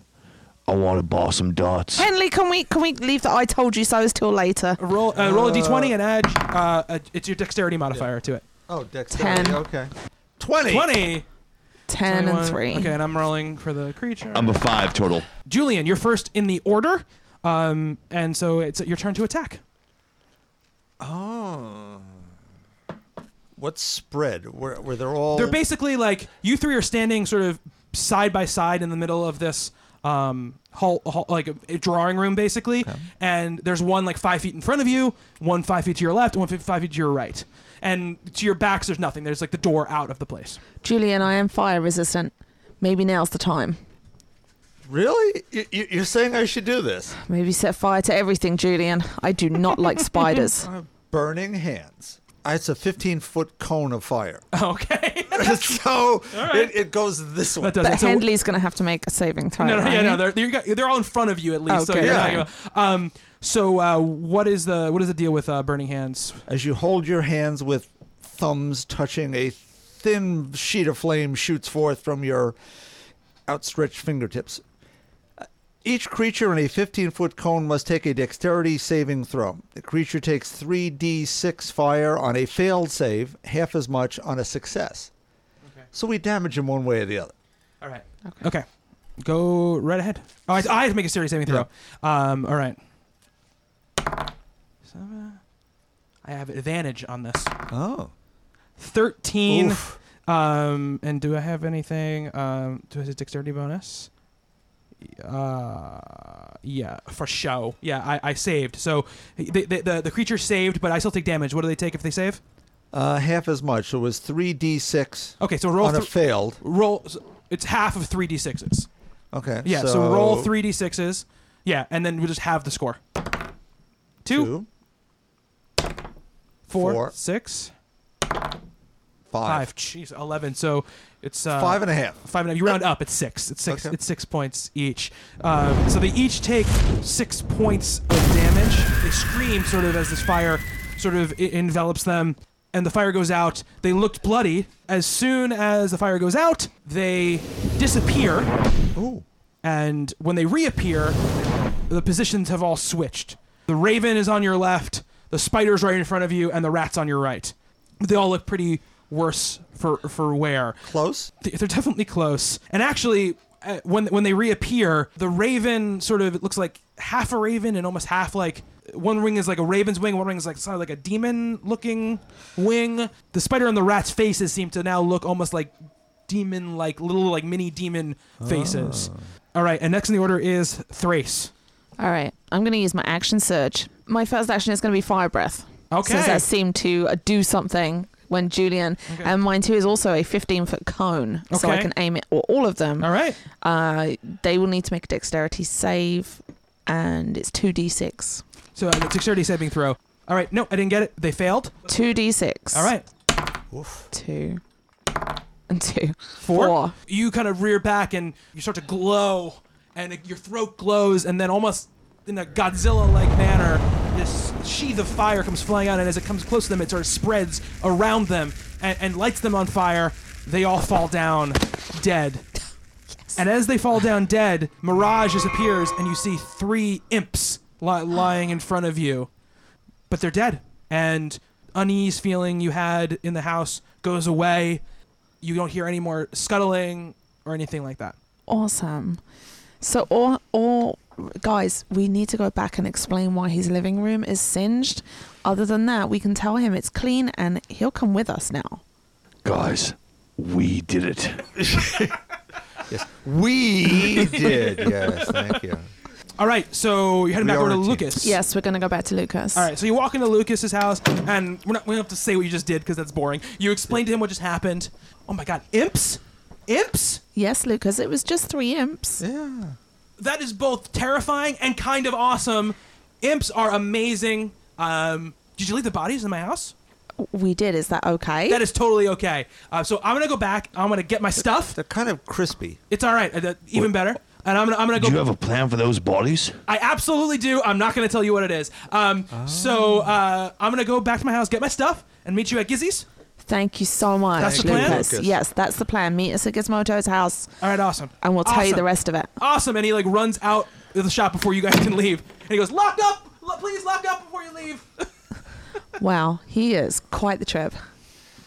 [SPEAKER 6] I want to ball some darts.
[SPEAKER 3] Henley, can we can we leave the I told you so's till later?
[SPEAKER 5] roll uh, roll a d20 and add uh, a, it's your dexterity modifier to it
[SPEAKER 2] Oh, dexterity.
[SPEAKER 3] Ten.
[SPEAKER 2] Okay. Twenty.
[SPEAKER 5] 20
[SPEAKER 3] 10 and 3.
[SPEAKER 5] Okay, and I'm rolling for the creature.
[SPEAKER 4] I'm a five total.
[SPEAKER 5] Julian, you're first in the order, um, and so it's your turn to attack.
[SPEAKER 2] Oh. What's spread? Where, where they're all.
[SPEAKER 5] They're basically like you three are standing sort of side by side in the middle of this um, hall, hall like a, a drawing room basically, and there's one like five feet in front of you, one five feet to your left, and one fi- five feet to your right, and to your backs there's nothing. There's like the door out of the place.
[SPEAKER 3] Julian, I am fire resistant. Maybe now's the time.
[SPEAKER 2] Really? You, you- you're saying I should do this?
[SPEAKER 3] Maybe set fire to everything, Julian. I do not like spiders.
[SPEAKER 2] Burning hands. It's a 15 foot cone of fire.
[SPEAKER 5] Okay.
[SPEAKER 2] so it, it goes this way.
[SPEAKER 5] That does
[SPEAKER 3] But
[SPEAKER 5] it. So-
[SPEAKER 3] Henley's going to have to make a saving throw.
[SPEAKER 5] No, no, yeah,
[SPEAKER 3] right?
[SPEAKER 5] no. They're, they're, you got- they're all in front of you at least. So
[SPEAKER 3] Okay.
[SPEAKER 5] you're not
[SPEAKER 2] Yeah.
[SPEAKER 5] gonna- um, so uh, what is the what is the deal with uh, burning hands?
[SPEAKER 2] As you hold your hands with thumbs touching, a thin sheet of flame shoots forth from your outstretched fingertips. Each creature in a 15 foot cone must take a dexterity saving throw. The creature takes 3d6 fire on a failed save, half as much on a success.
[SPEAKER 5] Okay.
[SPEAKER 2] So we damage him one way or the other.
[SPEAKER 5] All right.
[SPEAKER 3] Okay.
[SPEAKER 5] Okay. Go right ahead. All right. I have to make a serious saving throw. Um, all right. So, uh, I have advantage on this.
[SPEAKER 2] Oh.
[SPEAKER 5] Thirteen. Um, and do I have anything? Um, do I have a dexterity bonus? Uh, yeah, for show. Yeah, I, I saved. So the, the the the creature saved, but I still take damage. What do they take if they save?
[SPEAKER 2] Uh, half as much. So it was 3d6
[SPEAKER 5] Okay, so roll
[SPEAKER 2] on a
[SPEAKER 5] thr-
[SPEAKER 2] failed.
[SPEAKER 5] roll. It's half of three d sixes.
[SPEAKER 2] Okay.
[SPEAKER 5] Yeah, so, roll three d sixes. Yeah, and then we'll just have the score. Two,
[SPEAKER 2] two,
[SPEAKER 5] four,
[SPEAKER 2] four,
[SPEAKER 5] six,
[SPEAKER 2] five.
[SPEAKER 5] five. Jeez, eleven. So it's uh,
[SPEAKER 2] Five and a half.
[SPEAKER 5] five and a, you round up it's six it's six
[SPEAKER 2] Okay.
[SPEAKER 5] it's six points each um, so they each take six points of damage they scream sort of as this fire sort of e- envelops them and the fire goes out they looked bloody as soon as the fire goes out they disappear
[SPEAKER 2] Ooh.
[SPEAKER 5] and when they reappear the positions have all switched the raven is on your left the spider's right in front of you and the rat's on your right they all look pretty worse for for wear
[SPEAKER 2] Close.
[SPEAKER 5] they- they're definitely close. And actually, uh, when when they reappear, the raven sort of it looks like half a raven and almost half like one wing is like a raven's wing, one wing is like sort of like a demon looking wing. The spider and the rat's faces seem to now look almost like demon like little like mini demon faces. All right, and next in the order is Thrace.
[SPEAKER 3] All right. I'm going to use my action surge. My first action is going to be fire breath.
[SPEAKER 5] Okay.
[SPEAKER 3] Since I seem to uh, do something when Julian,
[SPEAKER 5] Okay.
[SPEAKER 3] and mine too is also a 15 foot cone, so I
[SPEAKER 5] Okay.
[SPEAKER 3] can aim it, or all of them.
[SPEAKER 5] All right.
[SPEAKER 3] Uh, they will need to make a dexterity save, and it's 2d6.
[SPEAKER 5] So uh, dexterity saving throw. All right. No, I didn't get it. They failed.
[SPEAKER 3] 2d6.
[SPEAKER 5] All right.
[SPEAKER 3] Two. And two.
[SPEAKER 5] Four.
[SPEAKER 3] Four.
[SPEAKER 5] You kind of rear back and you start to glow, and it- your throat glows, and then almost in a Godzilla-like manner, this sheath of fire comes flying out, and as it comes close to them, it sort of spreads around them and, and lights them on fire. They all fall down, dead. And as they fall down dead, Mirage disappears, and you see three imps li- lying in front of you but they're dead. And unease feeling you had in the house goes away. You don't hear any more scuttling or anything like that.
[SPEAKER 3] Awesome. So, all, all guys, we need to go back and explain why his living room is singed. Other than that, we can tell him it's clean and he'll come with us now.
[SPEAKER 7] Guys, we did it.
[SPEAKER 2] Yes. We did. Yes. Thank you.
[SPEAKER 5] All right, so you're heading
[SPEAKER 2] We
[SPEAKER 5] back
[SPEAKER 2] are
[SPEAKER 5] over to
[SPEAKER 2] a team.
[SPEAKER 5] Lucas.
[SPEAKER 3] Yes, we're going to go back to Lucas.
[SPEAKER 5] All right, so you walk into Lucas's house, and we're not we don't have to say what you just did because that's boring. You explain to him what just happened. Oh my God, imps, imps.
[SPEAKER 3] Yes, Lucas, it was just three imps.
[SPEAKER 2] Yeah.
[SPEAKER 5] That is both terrifying and kind of awesome. Imps are amazing. Um, did you leave the bodies in my house?
[SPEAKER 3] We did. Is that okay?
[SPEAKER 5] That is totally okay. Uh, so I'm gonna go back. I'm gonna get my stuff.
[SPEAKER 2] They're kind of crispy.
[SPEAKER 5] It's all right. Uh, that- Even better. And I'm gonna, I'm gonna
[SPEAKER 7] Do you
[SPEAKER 5] go.
[SPEAKER 7] have a plan for those bodies?
[SPEAKER 5] I absolutely do. I'm not gonna tell you what it is. Um, so uh, I'm gonna go back to my house, get my stuff, and meet you at Gizzy's.
[SPEAKER 3] Thank you so much,
[SPEAKER 5] That's the plan?
[SPEAKER 3] Lucas.
[SPEAKER 2] Lucas.
[SPEAKER 3] Yes, that's the plan. Meet us at Gizmodo's house
[SPEAKER 5] All right, awesome.
[SPEAKER 3] and we'll tell you
[SPEAKER 5] Awesome.
[SPEAKER 3] the rest of it.
[SPEAKER 5] Awesome. And he like runs out of the shop before you guys can leave. And he goes, "Locked up. Lo- please lock up before you leave."
[SPEAKER 3] Wow, he is quite the trip.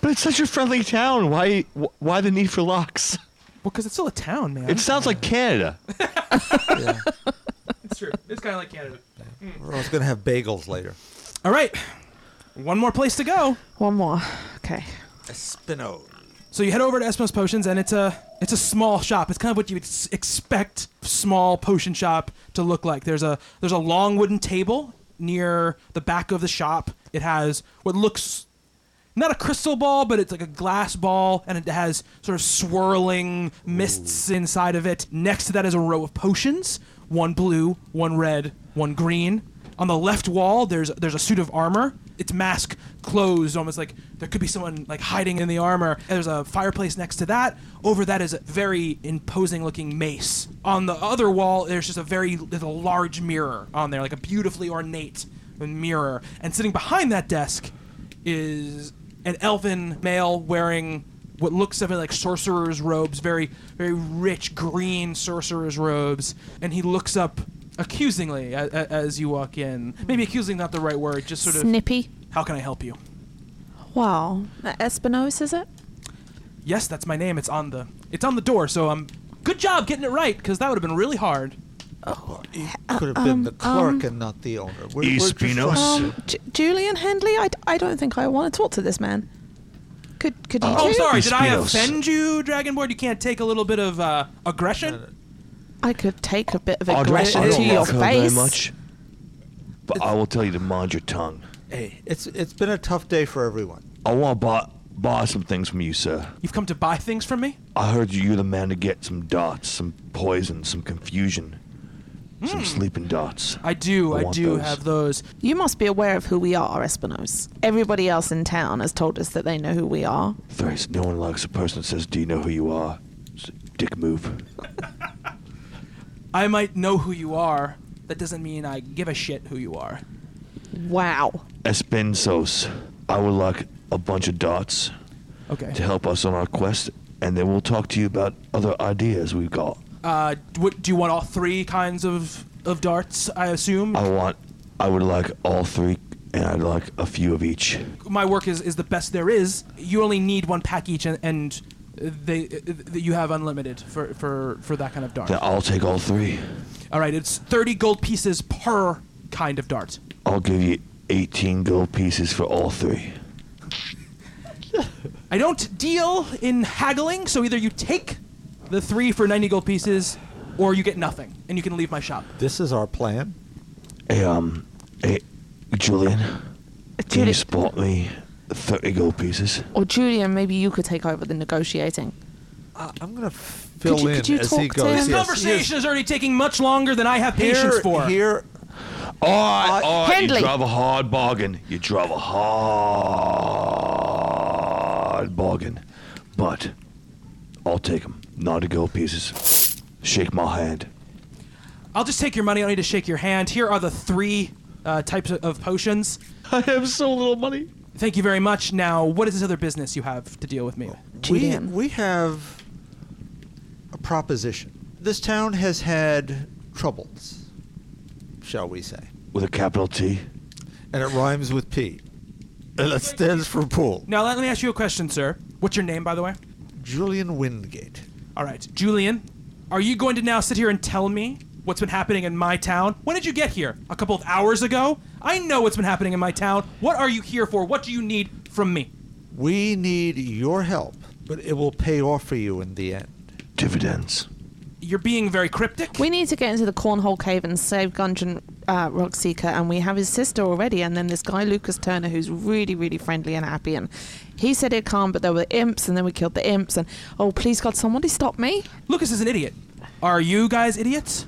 [SPEAKER 4] But it's such a friendly town. Why? Why the need for locks?
[SPEAKER 5] Well, because it's still a town, man.
[SPEAKER 4] It sounds like Canada.
[SPEAKER 2] Yeah.
[SPEAKER 5] it's true. It's kind of like Canada.
[SPEAKER 2] We're also gonna have bagels later.
[SPEAKER 5] All right, one more place to go.
[SPEAKER 3] One more. Okay.
[SPEAKER 2] Espino.
[SPEAKER 5] So you head over to Esmos Potions, and it's a it's a small shop. It's kind of what you would s- expect small potion shop to look like. There's a there's a long wooden table near the back of the shop. It has what looks not a crystal ball, but it's like a glass ball, and it has sort of swirling mists inside of it. Next to that is a row of potions: one blue, one red, one green. On the left wall, there's there's a suit of armor. Its mask closed, almost like there could be someone like hiding in the armor. And there's a fireplace next to that. Over that is a very imposing-looking mace. On the other wall, there's just a very there's a large mirror on there, like a beautifully ornate mirror. And sitting behind that desk is an elven male wearing what looks something like sorcerer's robes, very very rich green sorcerer's robes, and he looks up accusingly as, as you walk in. Maybe accusing not the right word, just sort of
[SPEAKER 3] Snippy.
[SPEAKER 5] how can I help you?
[SPEAKER 3] Wow. Espinos, is it?
[SPEAKER 5] Yes, that's my name. It's on the it's on the door, so um good job getting it right cuz that would have been really hard.
[SPEAKER 2] You could have been the um, clerk and not the owner. We're, we're just trying-
[SPEAKER 4] Espinos.
[SPEAKER 3] Um, J- Julian Hendley, I, d- I don't think I want to talk to this man. Could could you
[SPEAKER 5] Oh, I'm
[SPEAKER 3] two?
[SPEAKER 5] sorry. Did I
[SPEAKER 4] Espinos.
[SPEAKER 5] offend you, Dragonborn? You can't take a little bit of uh, aggression?
[SPEAKER 3] I could take a bit of
[SPEAKER 4] I don't- I
[SPEAKER 3] aggression
[SPEAKER 4] don't
[SPEAKER 3] to your
[SPEAKER 4] like her very
[SPEAKER 3] face.
[SPEAKER 4] much, but I will tell you to mind your tongue.
[SPEAKER 2] Hey, it's it's been a tough day for everyone.
[SPEAKER 4] I want to buy, buy some things from you, sir.
[SPEAKER 5] You've come to buy things from me?
[SPEAKER 4] I heard you're the man to get some dots, some poison, some confusion,
[SPEAKER 3] Hmm.
[SPEAKER 4] some sleeping dots.
[SPEAKER 5] I do.
[SPEAKER 4] I
[SPEAKER 5] I,
[SPEAKER 4] want
[SPEAKER 5] do
[SPEAKER 4] those.
[SPEAKER 5] have those.
[SPEAKER 3] You must be aware of who we are, Espinos. Everybody else in town has told us that they know who we are.
[SPEAKER 4] Thrice, no one likes a person that says, "Do you know who you are?" It's a dick move.
[SPEAKER 5] I might know who you are. That doesn't mean I give a shit who you are.
[SPEAKER 3] Wow.
[SPEAKER 4] Espensos, I would like a bunch of dots
[SPEAKER 5] Okay.
[SPEAKER 4] to help us on our quest, and then we'll talk to you about other ideas we've got.
[SPEAKER 5] Uh, what, do you want all three kinds of of darts? I assume
[SPEAKER 4] I want, I would like all three, and I'd like a few of each.
[SPEAKER 5] my work is, is the best there is. You only need one pack each, and, and they uh, you have unlimited for, for, for that kind of dart.
[SPEAKER 4] Then I'll take all three.
[SPEAKER 5] All right, it's thirty gold pieces per kind of dart.
[SPEAKER 4] I'll give you 18 gold pieces for all three.
[SPEAKER 5] I don't deal in haggling, so either you take the three for ninety gold pieces, or you get nothing, and you can leave my shop.
[SPEAKER 2] This is our plan.
[SPEAKER 4] Hey, um, hey, Julian, can you
[SPEAKER 3] Julian,
[SPEAKER 4] spot me 30 gold pieces?
[SPEAKER 3] or Julian, maybe you could take over the negotiating.
[SPEAKER 2] Uh, I'm gonna fill
[SPEAKER 3] you-
[SPEAKER 2] in
[SPEAKER 3] could you
[SPEAKER 2] as
[SPEAKER 3] talk
[SPEAKER 2] he
[SPEAKER 3] to
[SPEAKER 2] goes.
[SPEAKER 3] him?
[SPEAKER 5] This conversation is already taking much longer than I have patience
[SPEAKER 2] Here,
[SPEAKER 5] for.
[SPEAKER 2] here,
[SPEAKER 4] All right,
[SPEAKER 2] Uh,
[SPEAKER 4] all right,
[SPEAKER 3] Hendley.
[SPEAKER 4] you drive a hard bargain. You drive a hard bargain. But I'll take 'em. them. Not a gold pieces. Shake my hand.
[SPEAKER 5] I'll just take your money. I don't need to shake your hand. Here are the three uh, types of, of potions.
[SPEAKER 4] I have so little money.
[SPEAKER 5] Thank you very much. Now, what is this other business you have to deal with me?
[SPEAKER 2] we,
[SPEAKER 3] Julian.
[SPEAKER 2] we have a proposition. This town has had troubles, shall we say,
[SPEAKER 4] With a capital T.
[SPEAKER 2] and it rhymes with P. And that stands for pool.
[SPEAKER 5] Now, let me ask you a question, sir. What's your name, by the way?
[SPEAKER 2] Julian Wingate.
[SPEAKER 5] All right, Julian. Are you going to now sit here and tell me what's been happening in my town? When did you get here? A couple of hours ago? I know what's been happening in my town. What are you here for? What do you need from me?
[SPEAKER 2] We need your help, but it will pay off for you in the end.
[SPEAKER 4] Dividends.
[SPEAKER 5] You're being very cryptic.
[SPEAKER 3] We need to get into the Cornhole Cave and save Gungeon uh, Rockseeker, and we have his sister already, and then this guy Lucas Turner, who's really, really friendly and happy, and he said he'd come, but there were imps, and then we killed the imps, and oh, please God, somebody stop me!
[SPEAKER 5] Lucas is an idiot. Are you guys idiots?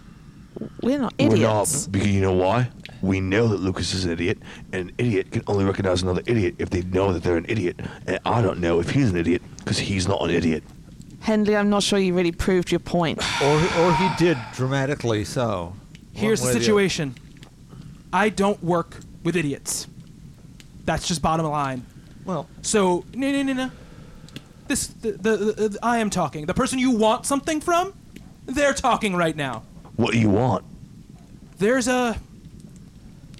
[SPEAKER 3] We're not
[SPEAKER 4] We're not.
[SPEAKER 3] idiots.
[SPEAKER 4] Because you know why? We know that Lucas is an idiot, and an idiot can only recognize another idiot if they know that they're an idiot. And I don't know if he's an idiot because he's not an idiot.
[SPEAKER 3] Henley, I'm not sure you really proved your point.
[SPEAKER 2] Or, or he did dramatically so.
[SPEAKER 5] Here's the
[SPEAKER 2] One way or other.
[SPEAKER 5] situation. I don't work with idiots. That's just bottom line.
[SPEAKER 2] Well,
[SPEAKER 5] So no no no no. This the, the, the, the- I am talking. The person you want something from, they're talking right now.
[SPEAKER 4] What do you want?
[SPEAKER 5] There's a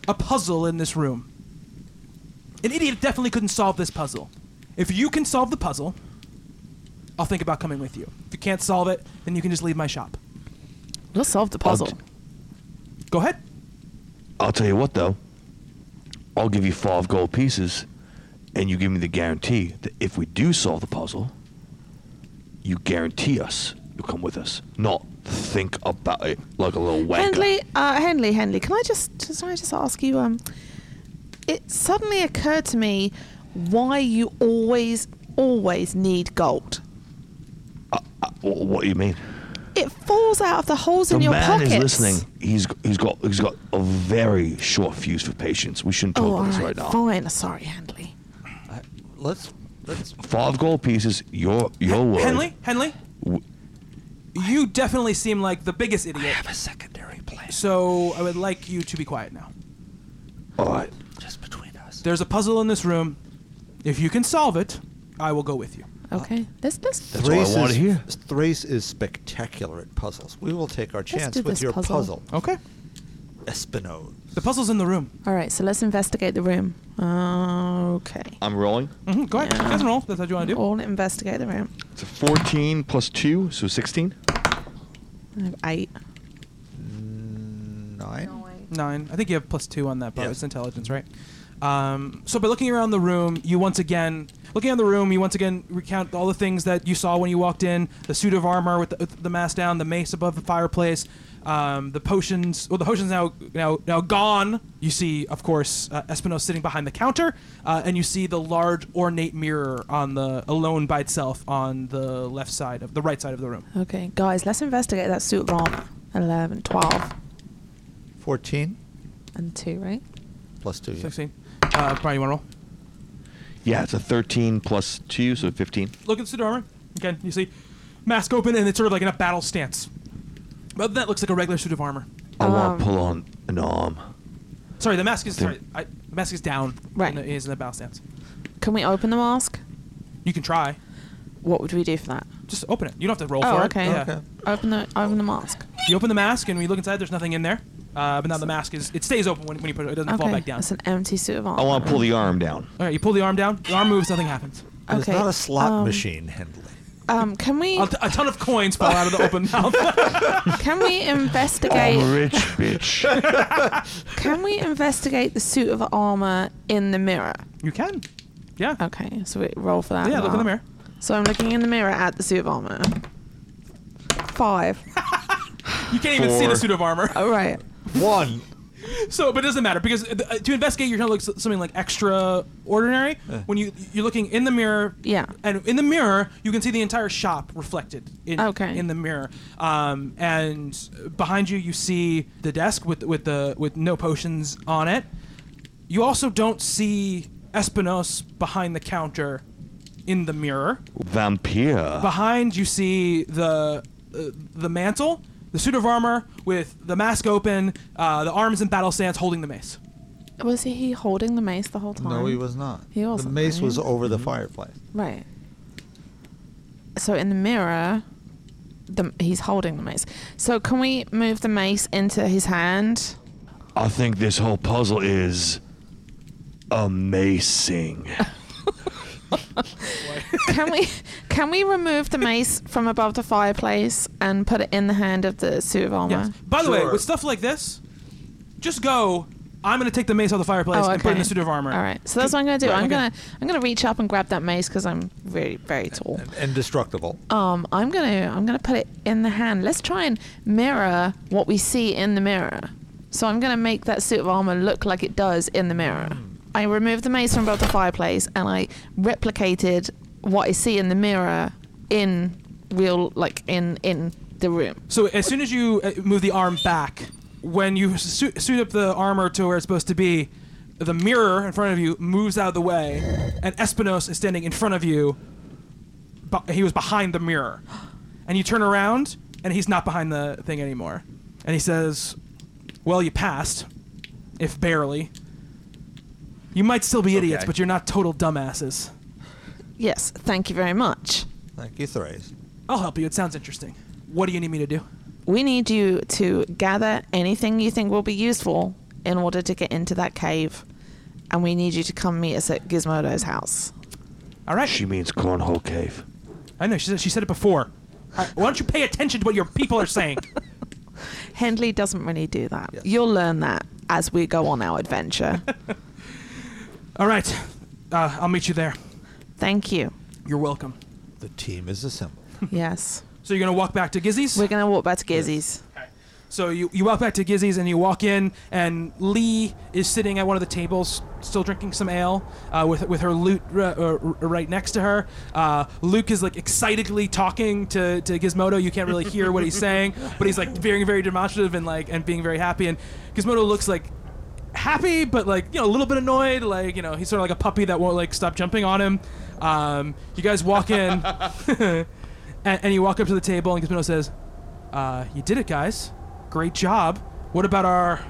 [SPEAKER 5] a puzzle in this room. An idiot definitely couldn't solve this puzzle. If you can solve the puzzle, I'll think about coming with you. If you can't solve it, then you can just leave my shop.
[SPEAKER 3] We'll solve the puzzle.
[SPEAKER 5] Go ahead.
[SPEAKER 4] I'll tell you what, though. I'll give you five gold pieces, and you give me the guarantee that if we do solve the puzzle, you guarantee us you'll come with us. Not think about it like a little wanker.
[SPEAKER 3] Henley, uh, Henley, Henley, can I just just- can I just ask you? Um, it suddenly occurred to me why you always always need gold.
[SPEAKER 4] Wh- What do you mean?
[SPEAKER 3] It falls out of the holes
[SPEAKER 4] The
[SPEAKER 3] in your
[SPEAKER 4] man
[SPEAKER 3] pockets.
[SPEAKER 4] is listening. He's he's got he's got a very short fuse for patience. We shouldn't talk
[SPEAKER 3] Oh, all
[SPEAKER 4] about this
[SPEAKER 3] right,
[SPEAKER 4] right now.
[SPEAKER 3] fine. Sorry, Henley.
[SPEAKER 2] Let's let's
[SPEAKER 4] Five gold pieces. Your your word.
[SPEAKER 5] Henley, Henley, you definitely seem like the biggest idiot.
[SPEAKER 2] have a secondary plan
[SPEAKER 5] So I would like you to be quiet now.
[SPEAKER 4] All right.
[SPEAKER 2] just between us.
[SPEAKER 5] There's a puzzle in this room. If you can solve it, I will go with you.
[SPEAKER 3] Okay, let's let's
[SPEAKER 4] That's what I wanna
[SPEAKER 2] is,
[SPEAKER 4] hear.
[SPEAKER 2] Thrace is spectacular at puzzles. We will take our chance
[SPEAKER 3] do
[SPEAKER 2] with
[SPEAKER 3] this
[SPEAKER 2] your
[SPEAKER 3] puzzle.
[SPEAKER 2] puzzle.
[SPEAKER 5] Okay.
[SPEAKER 2] Espinosa.
[SPEAKER 5] The puzzle's in the room.
[SPEAKER 3] All right, so let's investigate the room. Okay.
[SPEAKER 8] I'm rolling.
[SPEAKER 5] hmm Go ahead. You guys can roll. if That's what you want to do.
[SPEAKER 3] All investigate the room.
[SPEAKER 8] It's a 14 plus 2, so 16.
[SPEAKER 3] I have eight.
[SPEAKER 2] Nine.
[SPEAKER 5] Nine. I think you have plus two on that, but
[SPEAKER 2] Yeah.
[SPEAKER 5] it's intelligence, right? Um, so by looking around the room, you once again looking around the room, you once again recount all the things that you saw when you walked in: the suit of armor with the, with the mask down, the mace above the fireplace, um, the potions. Well, the potions now now now gone. You see, of course, uh, Espino sitting behind the counter, uh, and you see the large ornate mirror on the alone by itself on the left side of the right side of the room.
[SPEAKER 3] Okay, guys, let's investigate that suit of armor. 11, 12,
[SPEAKER 2] Fourteen.
[SPEAKER 3] and 2, right?
[SPEAKER 2] Plus two. yeah.
[SPEAKER 5] Sixteen. Uh, Brian, you want to roll?
[SPEAKER 8] Yeah, it's a 13 plus 2, so 15.
[SPEAKER 5] look at the suit of armor. Again, you see mask open and it's sort of like in a battle stance. But other than that, it looks like a regular suit of armor.
[SPEAKER 4] I
[SPEAKER 3] Um,
[SPEAKER 4] want to pull on an arm.
[SPEAKER 5] Sorry, the mask is
[SPEAKER 4] Then-
[SPEAKER 5] sorry, I, the mask is down.
[SPEAKER 3] Right.
[SPEAKER 5] and It is in a battle stance.
[SPEAKER 3] Can we open the mask?
[SPEAKER 5] You can try.
[SPEAKER 3] What would we do for that?
[SPEAKER 5] Just open it. You don't have to roll
[SPEAKER 3] Oh,
[SPEAKER 5] for
[SPEAKER 3] okay.
[SPEAKER 5] it. Yeah.
[SPEAKER 2] Okay.
[SPEAKER 3] Open the open the mask.
[SPEAKER 5] You open the mask and we look inside. There's nothing in there. Uh, but now the mask is it stays open when, when you put it. It doesn't
[SPEAKER 3] okay.
[SPEAKER 5] fall back down.
[SPEAKER 3] It's an empty suit of armor.
[SPEAKER 8] I want to pull the arm down.
[SPEAKER 5] All right. You pull the arm down. The arm moves. Nothing happens.
[SPEAKER 2] And It's
[SPEAKER 3] Okay,
[SPEAKER 2] not a slot
[SPEAKER 3] um,
[SPEAKER 2] machine, Henley.
[SPEAKER 3] Um, can we
[SPEAKER 5] A, t- a ton of coins fall out of the open mouth.
[SPEAKER 3] can we
[SPEAKER 4] I'm a
[SPEAKER 3] investigate
[SPEAKER 4] rich bitch.
[SPEAKER 3] can we investigate the suit of armor in the mirror?
[SPEAKER 5] you can. Uh, Yeah.
[SPEAKER 3] Okay, so we roll for that.
[SPEAKER 5] Yeah.
[SPEAKER 3] as
[SPEAKER 5] Look in the
[SPEAKER 3] well.
[SPEAKER 5] mirror.
[SPEAKER 3] So I'm looking in the mirror at the suit of armor. Five.
[SPEAKER 5] You can't even see the
[SPEAKER 8] Four.
[SPEAKER 5] suit of armor.
[SPEAKER 3] All right.
[SPEAKER 2] One.
[SPEAKER 5] So, but it doesn't matter because uh, to investigate, you're trying to look s- something like extraordinary. When you you're looking in the mirror,
[SPEAKER 3] Yeah.
[SPEAKER 5] and in the mirror you can see the entire shop reflected in
[SPEAKER 3] Okay.
[SPEAKER 5] in the mirror. Um, and behind you, you see the desk with with the with no potions on it. You also don't see Espinos behind the counter in the mirror.
[SPEAKER 8] Vampire.
[SPEAKER 5] Behind you see the uh, the mantle, the suit of armor with the mask open, uh, the arms in battle stance holding the mace.
[SPEAKER 3] Was he holding the mace the whole time?
[SPEAKER 2] No, he was not.
[SPEAKER 3] He
[SPEAKER 2] The
[SPEAKER 3] wasn't,
[SPEAKER 2] mace was
[SPEAKER 3] right?
[SPEAKER 2] over the fireplace.
[SPEAKER 3] Right. So in the mirror, the, he's holding the mace. So can we move the mace into his hand?
[SPEAKER 4] I think this whole puzzle is amazing.
[SPEAKER 3] Can we can we remove the mace from above the fireplace and put it in the hand of the suit of armor?
[SPEAKER 5] Yes. By the way,
[SPEAKER 2] Sure.
[SPEAKER 5] with stuff like this, just go. I'm gonna take the mace out of the fireplace and put it in the suit of armor.
[SPEAKER 3] Oh, All right. So that's what I'm gonna do. I'm
[SPEAKER 5] okay.
[SPEAKER 3] gonna I'm gonna reach up and grab that mace because I'm really very tall.
[SPEAKER 2] And indestructible.
[SPEAKER 3] Um, I'm gonna I'm gonna put it in the hand. Let's try and mirror what we see in the mirror. So I'm gonna make that suit of armor look like it does in the
[SPEAKER 5] Hmm.
[SPEAKER 3] mirror. I removed the mace from above the fireplace and I replicated what I see in the mirror in real like in in the room.
[SPEAKER 5] So as soon as you uh, move the arm back, when you su- suit up the armor to where it's supposed to be, the mirror in front of you moves out of the way, and Espinos is standing in front of you. But he was behind the mirror, and you turn around, and he's not behind the thing anymore. And he says, "Well, you passed, if barely. You might still be idiots,
[SPEAKER 8] Okay.
[SPEAKER 5] but you're not total dumbasses.
[SPEAKER 3] Yes, thank you very much.
[SPEAKER 2] Thank you, Thrace.
[SPEAKER 5] I'll help you. It sounds interesting. What do you need me to do?"
[SPEAKER 3] We need you to gather anything you think will be useful in order to get into that cave. And we need you to come meet us at Gizmodo's house.
[SPEAKER 5] All right.
[SPEAKER 4] She means cornhole cave.
[SPEAKER 5] I know. She said, she said it before. I, why don't you pay attention to what your people are saying?
[SPEAKER 3] Hendley doesn't really do that. You'll learn that as we go on our adventure.
[SPEAKER 5] All right. Uh, I'll meet you there.
[SPEAKER 3] Thank you.
[SPEAKER 5] You're welcome.
[SPEAKER 2] The team is assembled.
[SPEAKER 3] Yes.
[SPEAKER 5] So you're going to walk back to Gizzy's?
[SPEAKER 3] We're going to walk back to Gizzy's.
[SPEAKER 5] So you, you walk back to Gizzy's and you walk in, and Lee is sitting at one of the tables, still drinking some ale, uh, with with her loot r- uh, r- right next to her. Uh, Luke is like excitedly talking to, to Gizmodo. You can't really hear what he's saying, but he's like being very demonstrative and like and being very happy. And Gizmodo looks like happy, but like you know a little bit annoyed. Like you know he's sort of like a puppy that won't like stop jumping on him. Um, you guys walk in, and, and you walk up to the table, and Gizmodo says, uh, "You did it, guys. Great job. What about our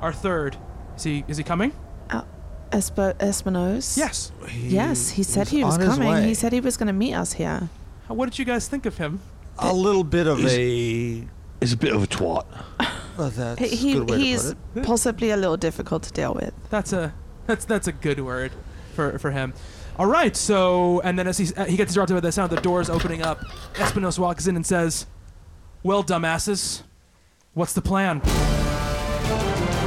[SPEAKER 5] our third? Is he is he coming?
[SPEAKER 3] Uh, Espo- Espinosa?
[SPEAKER 5] Yes.
[SPEAKER 3] Yes, he said
[SPEAKER 2] was
[SPEAKER 3] he was
[SPEAKER 2] on his
[SPEAKER 3] coming. He
[SPEAKER 2] way.
[SPEAKER 3] said he was going to meet us here.
[SPEAKER 5] How- What did you guys think of him?
[SPEAKER 2] A little bit of a.
[SPEAKER 4] It's a bit of a twat.
[SPEAKER 2] Well, that's
[SPEAKER 3] He,
[SPEAKER 2] a good way
[SPEAKER 3] he's
[SPEAKER 2] to put
[SPEAKER 3] possibly a little difficult to deal with.
[SPEAKER 5] That's a that's that's a good word for for him. All right. So and then as he's, uh, he gets interrupted by the sound of the doors opening up, Espinosa walks in and says, "Well, dumbasses, what's the plan?"
[SPEAKER 2] it.